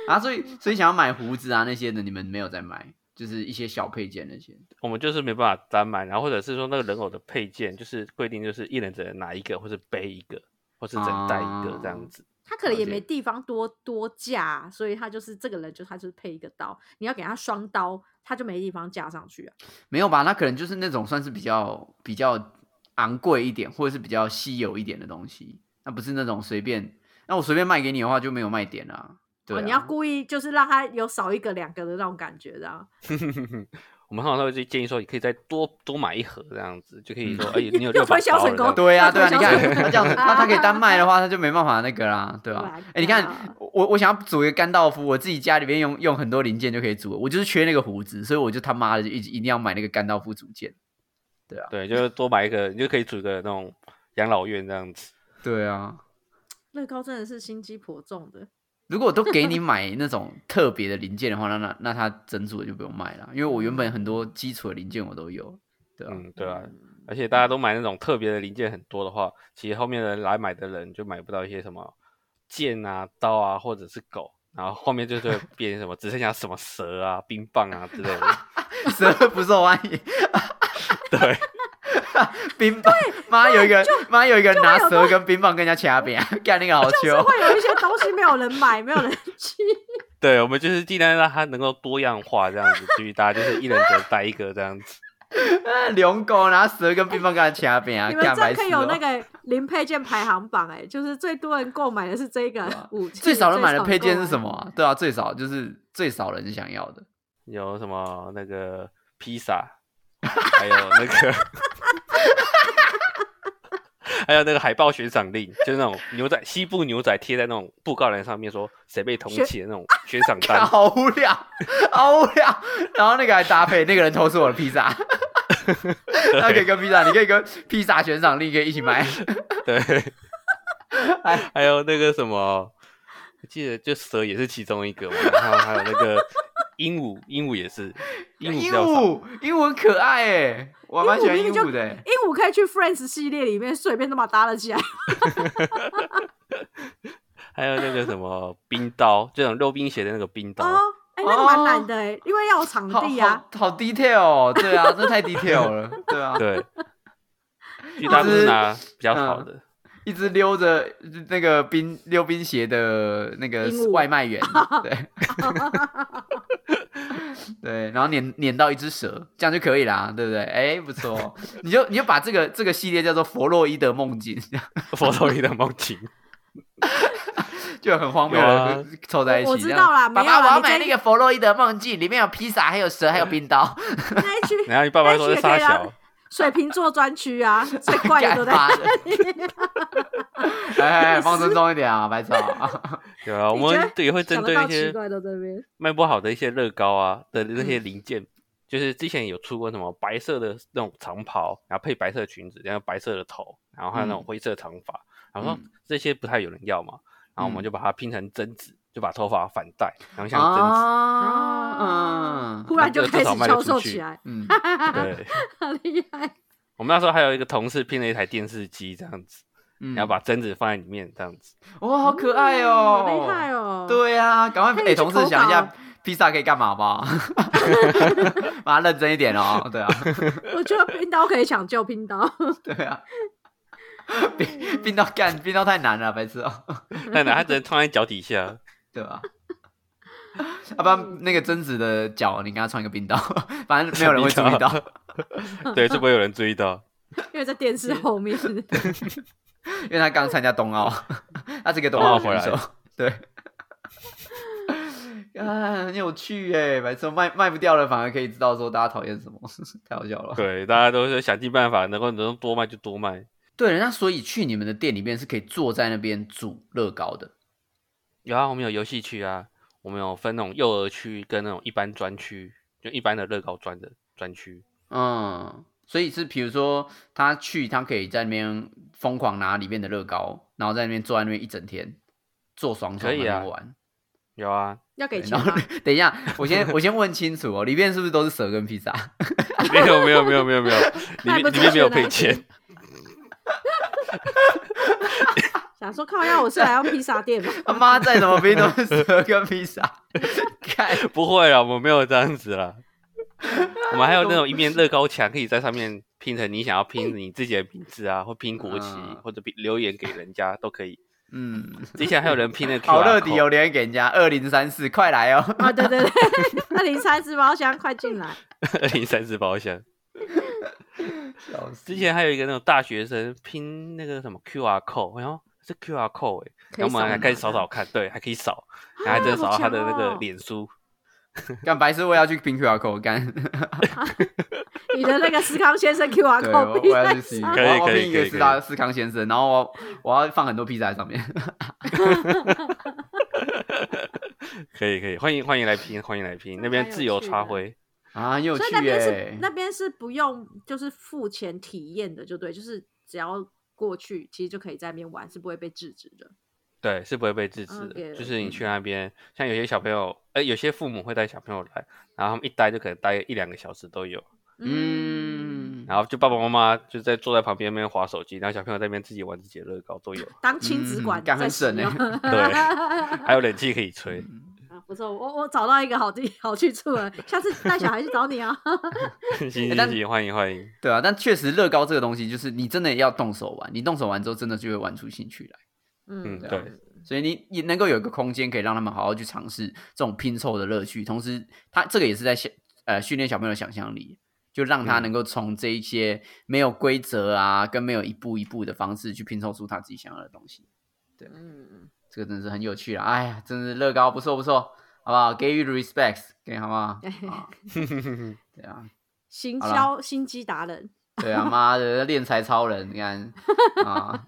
啊，所以所以想要买胡子啊那些的，你们没有在买，就是一些小配件那些。
我们就是没办法单买，然后或者是说那个人偶的配件就是规定，就是一人只能拿一个，或是背一个，或是只能带一个这样子。
他可能
了
也
解
没地方多多架，啊所以他就是这个人就他就是配一个刀，你要给他双刀，他就没地方架上去啊。
没有吧？那可能就是那种算是比较比较昂贵一点，或者是比较稀有一点的东西。那不是那种随便，那我随便卖给你的话就没有卖点啦、对啊、
哦，你要故意就是让他有少一个两个的那种感觉的、啊。
我们通常都会就建议说，你可以再多多买一盒这样子，就可 以说，
嗯
哎，你有
又
六
推
百
销
包
成
了这样
功
子。
对呀、
那
啊对呀、你
推销
看
成
他这 样子，他他可以单卖的话，他就没办法那个啦，对吧、
对
啊
啊？
哎、你看我我我想要组一个甘道夫，我自己家里面用用很多零件就可以组了，我就是缺那个胡子，所以我就他妈的就一直一定要买那个甘道夫组件。
对，就是多买一个，你就可以组一个那种养老院这样子。
对啊，
乐高真的是心机颇重的，
如果都给你买那种特别的零件的话，那那那它整组的就不用卖了，因为我原本很多基础的零件我都有，对啊？
嗯，对啊。而且大家都买那种特别的零件很多的话，其实后面的人来买的人就买不到一些什么剑啊、刀啊，或者是狗，然后后面就是 会变什么只剩下什么蛇啊、冰棒啊之类的。
蛇不受欢迎，
对，
冰棒，妈有一个人妈有一个人拿蛇跟冰棒跟人家掐边，干那个好
就是
糗。
会有一些东西没有人买， 没有人去。
对，我们就是尽量让它能够多样化这样子，至于大家就是一人只能带一个这样子。
龙狗拿蛇跟冰棒跟他掐边啊，
你们
干白
这
痴
可以
哦
有那个零配件排行榜、哎，就是最多人购买的是这
对啊
个武器，
最少人买的
最
配件
购
是
买
什么？啊？对啊，最少就是最少人想要的。
有什么那个披萨，还有那 个，还有那个海报悬赏令，就是那种牛仔西部牛仔贴在那种布告栏上面说谁被通
悬
缉的那种悬赏单。
好无聊，好无聊。然后那个还搭配，那个人偷吃我的披萨，那可以跟披萨，你可以跟披萨悬赏另可以一起买。
对，
哎
还有那个什么，我记得就蛇也是其中一个嘛，然后还有那个鹦鹉，鹦鹉也是，鹦鹉 比
鹦
较少。
鹉，鹦鹉很可爱哎，我还蛮喜欢
鹦鹉
鹦
明明
鹉的欸。
鹦鹉可以去 Friends 系列里面随便都把它搭了起来，
还有那个什么冰刀，这种溜冰鞋的那个冰刀，
哦，哎、那个蛮难的哎、因为要有场
好
地啊。
好好 detail，哦对啊，这太 detail 了，对啊，
对，巨大都
就是
是拿比较好
嗯
的，
一直溜着那个冰溜冰鞋的那个
鹦鹉
外卖员，对， 对，然后撵撵到一只蛇，这样就可以啦，对不对？哎，不错，你就你就把这个这个系列叫做弗洛伊德梦境， 这样
佛头里的梦境。
就很荒谬
有
的
啊
凑在一起。
我我知
这样
道啦
爸
没有啦
爸，我要
你
买
在
那个弗洛伊德梦境，里面有披萨，还有蛇，还有冰 刀，
那 一区
然后你爸爸说
那
在
区也可
傻
以
小
啊，水瓶座专区啊，最怪的都在
干嘛的？ 哎，放尊重一点啊，白草。
对啊，我
你觉
们也会针
想
对
得
那
到奇
些
怪的这边。嗯
卖不好的一些乐高啊的那些零件，就是之前有出过什么白色的那种长袍，然后配白色的裙子，然后白色的头，然后还有那种
嗯
灰色长发，然后说
嗯
这些不太有人要嘛，然后我们
嗯
就把它拼成贞子，就把头发反戴，然后像贞子，
啊，
忽然就
那
开
至少
始
卖得
销售
出去
起来，
嗯，
对
好厉害！
我们那时候还有一个同事拼了一台电视机这样子，
嗯，
然后把贞子放在里面这样子，
哇，好可爱
嗯
哦、
好厉害哦
对啊，赶快
可以
给、
去
同事
投
想一
稿
下，披萨可以干嘛好 不好？把它认真一点哦。对啊，
我觉得冰刀可以抢救冰刀，
对啊。冰冰到干，冰到太难了，白痴哦、
但 他只能穿在脚底下，
对吧、要、不然那个贞子的脚，你给他穿一个冰刀， 反正没有人会注意到。
对，是不会有人注 意到。
因为在电视后面。
因为他刚参加冬奥，他这个冬
冬
奥
奥回
选手，对。 啊，很有趣哎，白痴卖卖不掉了，反而可以知道说大家讨厌什么， 太好笑了。
对，大家都是想尽办法，能够能多卖就多卖。
对了，那所以去你们的店里面是可以坐在那边煮乐高的，
有啊，我们有游戏区啊，我们有分那种幼儿区跟那种一般专区，就一般的乐高专的专区。
嗯，所以是比如说他去，他可以在那边疯狂拿里面的乐高，然后在那边坐在那边一整天，坐爽爽
可
在那
以啊
边玩。
有 啊，
要给钱
然后
吗？
等一下，我先我先问清楚哦，里面是不是都是蛇跟披萨？
没有没有没有没有没有，里
卖不
面
出
里面没有
去的
配钱，
想说靠，要我是来要披萨店吗？
啊
他妈再怎么拼都是蛇跟披萨， 看
不会啊，我们没有这样 子啦。我们还有那种一面乐高墙，可以在上面拼成你想要拼你自己的名 字啊，或拼国旗，
嗯
或者拼留言给人家都可以。
嗯，
之前还有人 拼那个
好
QR
乐迪哦
code
有留言给人家二零三四，快来哦！
啊，对对对，那零三四包厢快进来，
二 零三四包厢。
笑死
之前还有一个那种大学生拼那个什么 QR code，然后这 QR code 哎、
可
然
以
后
扫
我们还
码
可以扫扫看，对，还可以扫，然后还真的扫
好
到他的
强
那个
哦
脸书，
干白痴，我也要去拼 QR code 干。
你的那个思康 先生 Q R
对，我
code
我
必
要去
在
洗，
上
可以
我要
可以
拼哦一个
可以
斯
可以
达斯康先生，然后我我要放很多披萨在上面。
可以可以，欢迎欢迎来拼，欢迎来拼，那
蛮
边
有
自由
趣
插
的
灰，
啊，很有
所以
趣
那
耶、
边是那边是不用就是付钱体验的，就对，就是只要过去，其实就可以在那边玩，是不会被制止的。
对，是不会被制止的，
OK 嗯
就是你去那边，像有些小朋友，哎，有些父母会带小朋友来，然后他们一待就可能待一两个小时都有，
嗯，
然后就爸爸妈妈就在坐在旁边那边划手机，然后小朋友在那边自己玩自己的乐高都有，
当亲子馆
嗯干
在
很
使
省欸
用，
对还有冷气可以吹，
啊不错，我我找到一个好地好去处了，下次带小孩去找你啊。
行
哎
行
但
行，欢迎欢迎，
对啊，但确实乐高这个东西，就是你真的要动手玩，你动手玩之后，真的就会玩出兴趣来。
嗯
嗯，
对啊
对。
所以你也能够有一个空间，可以让他们好好去尝试这种拼凑的乐趣，同时他这个也是在想呃训练小朋友的想象力，就让他
嗯
能够从这一些没有规则啊，跟没有一步一步的方式去拼凑出他自己想要的东西。
嗯，
这个真的是很有趣啊！哎呀，真是乐高不错不错，好不好？给予 respect，给好不好？啊对啊，
嗯行
好
销心机达人，
对啊，妈的，练财超人，你看 啊！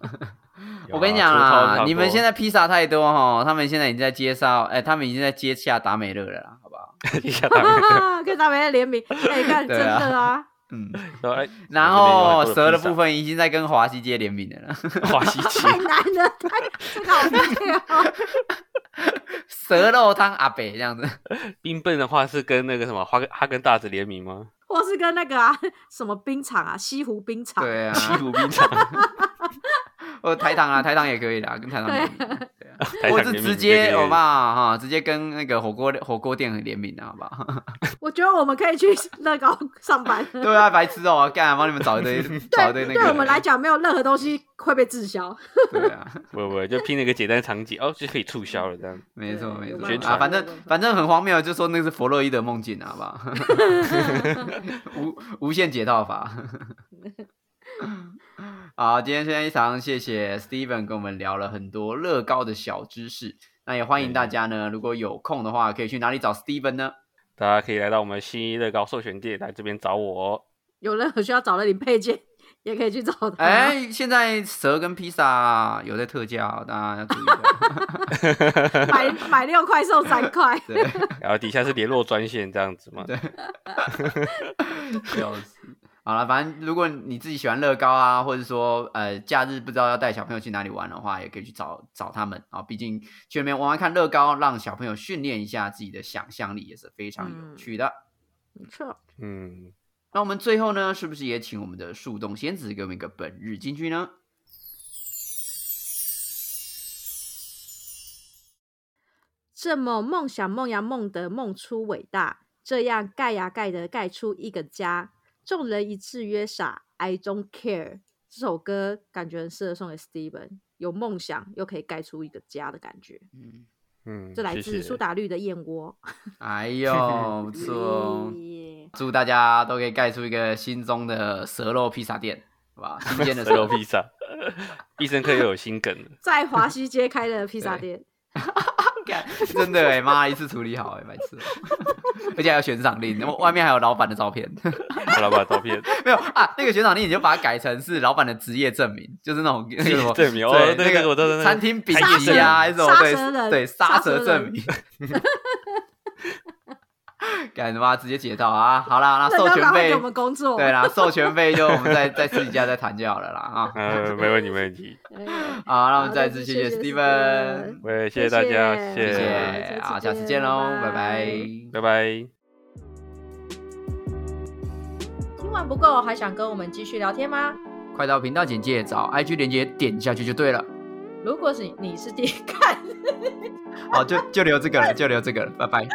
有
我跟你
啊
讲
粗糙差
啦，
不
你们
多
现在披萨太多哈，他们现在已经在接绍，哎、他们已经在接洽达美乐了啦，好不好？
一下他们
跟他们联名，哎，干
对
真
啊
的啊，
嗯，
说哎，
然后蛇的部分已经在跟华西街联名了啦，
分华西奇，
太难了，太这个好难哦。
蛇肉汤阿北这样子，
冰棍的话是跟那个什么哈根哈根达斯联 名吗？
或是跟那个啊什么冰场啊，西湖冰场，
对啊，
西湖冰 场，
或台糖啊，台糖也可以啦，跟台糖联名，对啊。
台
或
场
是直
联名你就可
接
以
好吧哈，直接跟那个火锅火锅店联名啊，好不好？
我觉得我们可以去乐高上班。
对啊，白痴哦、干帮你们找一堆找一堆
对，
那
对
个，
我们来讲，没有任何东西会被滞销。
对啊，
不不，就拼了个简单场景，哦，就可以促销了这样。
没错
对
没
有
错
办法
啊，反正
有办法
反正很荒谬，就说那是弗洛伊德梦境啊，好不好？ 无无限解套法。好，今天非常谢谢 Steven 跟我们聊了很多乐高的小知识，那也欢迎大家呢，如果有空的话，可以去哪里找 Steven 呢？
大家可以来到我们新一乐高授权店来这边找我、哦。
有任何需要找的零配件，也可以去找他。
哎、现在蛇跟披萨有在特价、哦，大家要注意一 下。。
买买六块送三块
对
然后底下是联络专线这样子嘛。
对， 笑死。好了，反正如果你自己喜欢乐高啊，或者说呃假日不知道要带小朋友去哪里玩的话，也可以去找找他们啊。毕竟去那边玩玩看乐高，让小朋友训练一下自己的想象力，也是非常有趣的。
没错，
嗯，
那我们最后呢，是不是也请我们的树洞仙子给我们一个本日金句呢？
这么梦想梦呀梦得梦出伟大，这样盖呀盖的盖出一个家。众人一致曰傻，I don't care。这首歌感觉很适合送给 Steven，有梦想又可以盖出一个家的感觉。
嗯，
嗯，
这来
谢
自
谢
苏打绿的《燕窝
哎呦，不》错哦。
耶。
祝大家都可以盖出一个心中的蛇肉披萨店，好吧？新鲜的
蛇
蛇
肉
肉披
披萨，必胜客又有新梗了。
在华西街开的披萨
对
店，
干真的哎、妈一次处理好哎、白痴哦、而且还有悬赏令，然后外面还有老板的照片，
老板照片，
没有啊？那个悬赏令你就把它改成是老板的职业证明，就是那种那个什么
证明哦
对
对
那
对我知道那个
餐厅笔
杀
记
蛇人
啊，还是什么
杀蛇
对
人
对
杀
杀
蛇
蛇证明， 干什么直接解套啊？好啦，那
乐
授
高
权
赶快
费
给我们工作。
对啦，授权费就我们再再私底下再谈就好了啦啊。
嗯，没问题，没问题。
对，好
好，那我
好
们
再
再次
次
谢
谢谢
Steven，
Steven
喂，谢
谢
大家，
谢
谢
谢
谢，好，
好
下
下次
次见
见
喽，
拜
拜拜。
拜拜。
听完不够，还想跟我们继续聊天吗？
快到频道简介找 IG 连接点下去就对了。
如果是你是第一看，
好，就就留这个了，就留这个了，拜拜。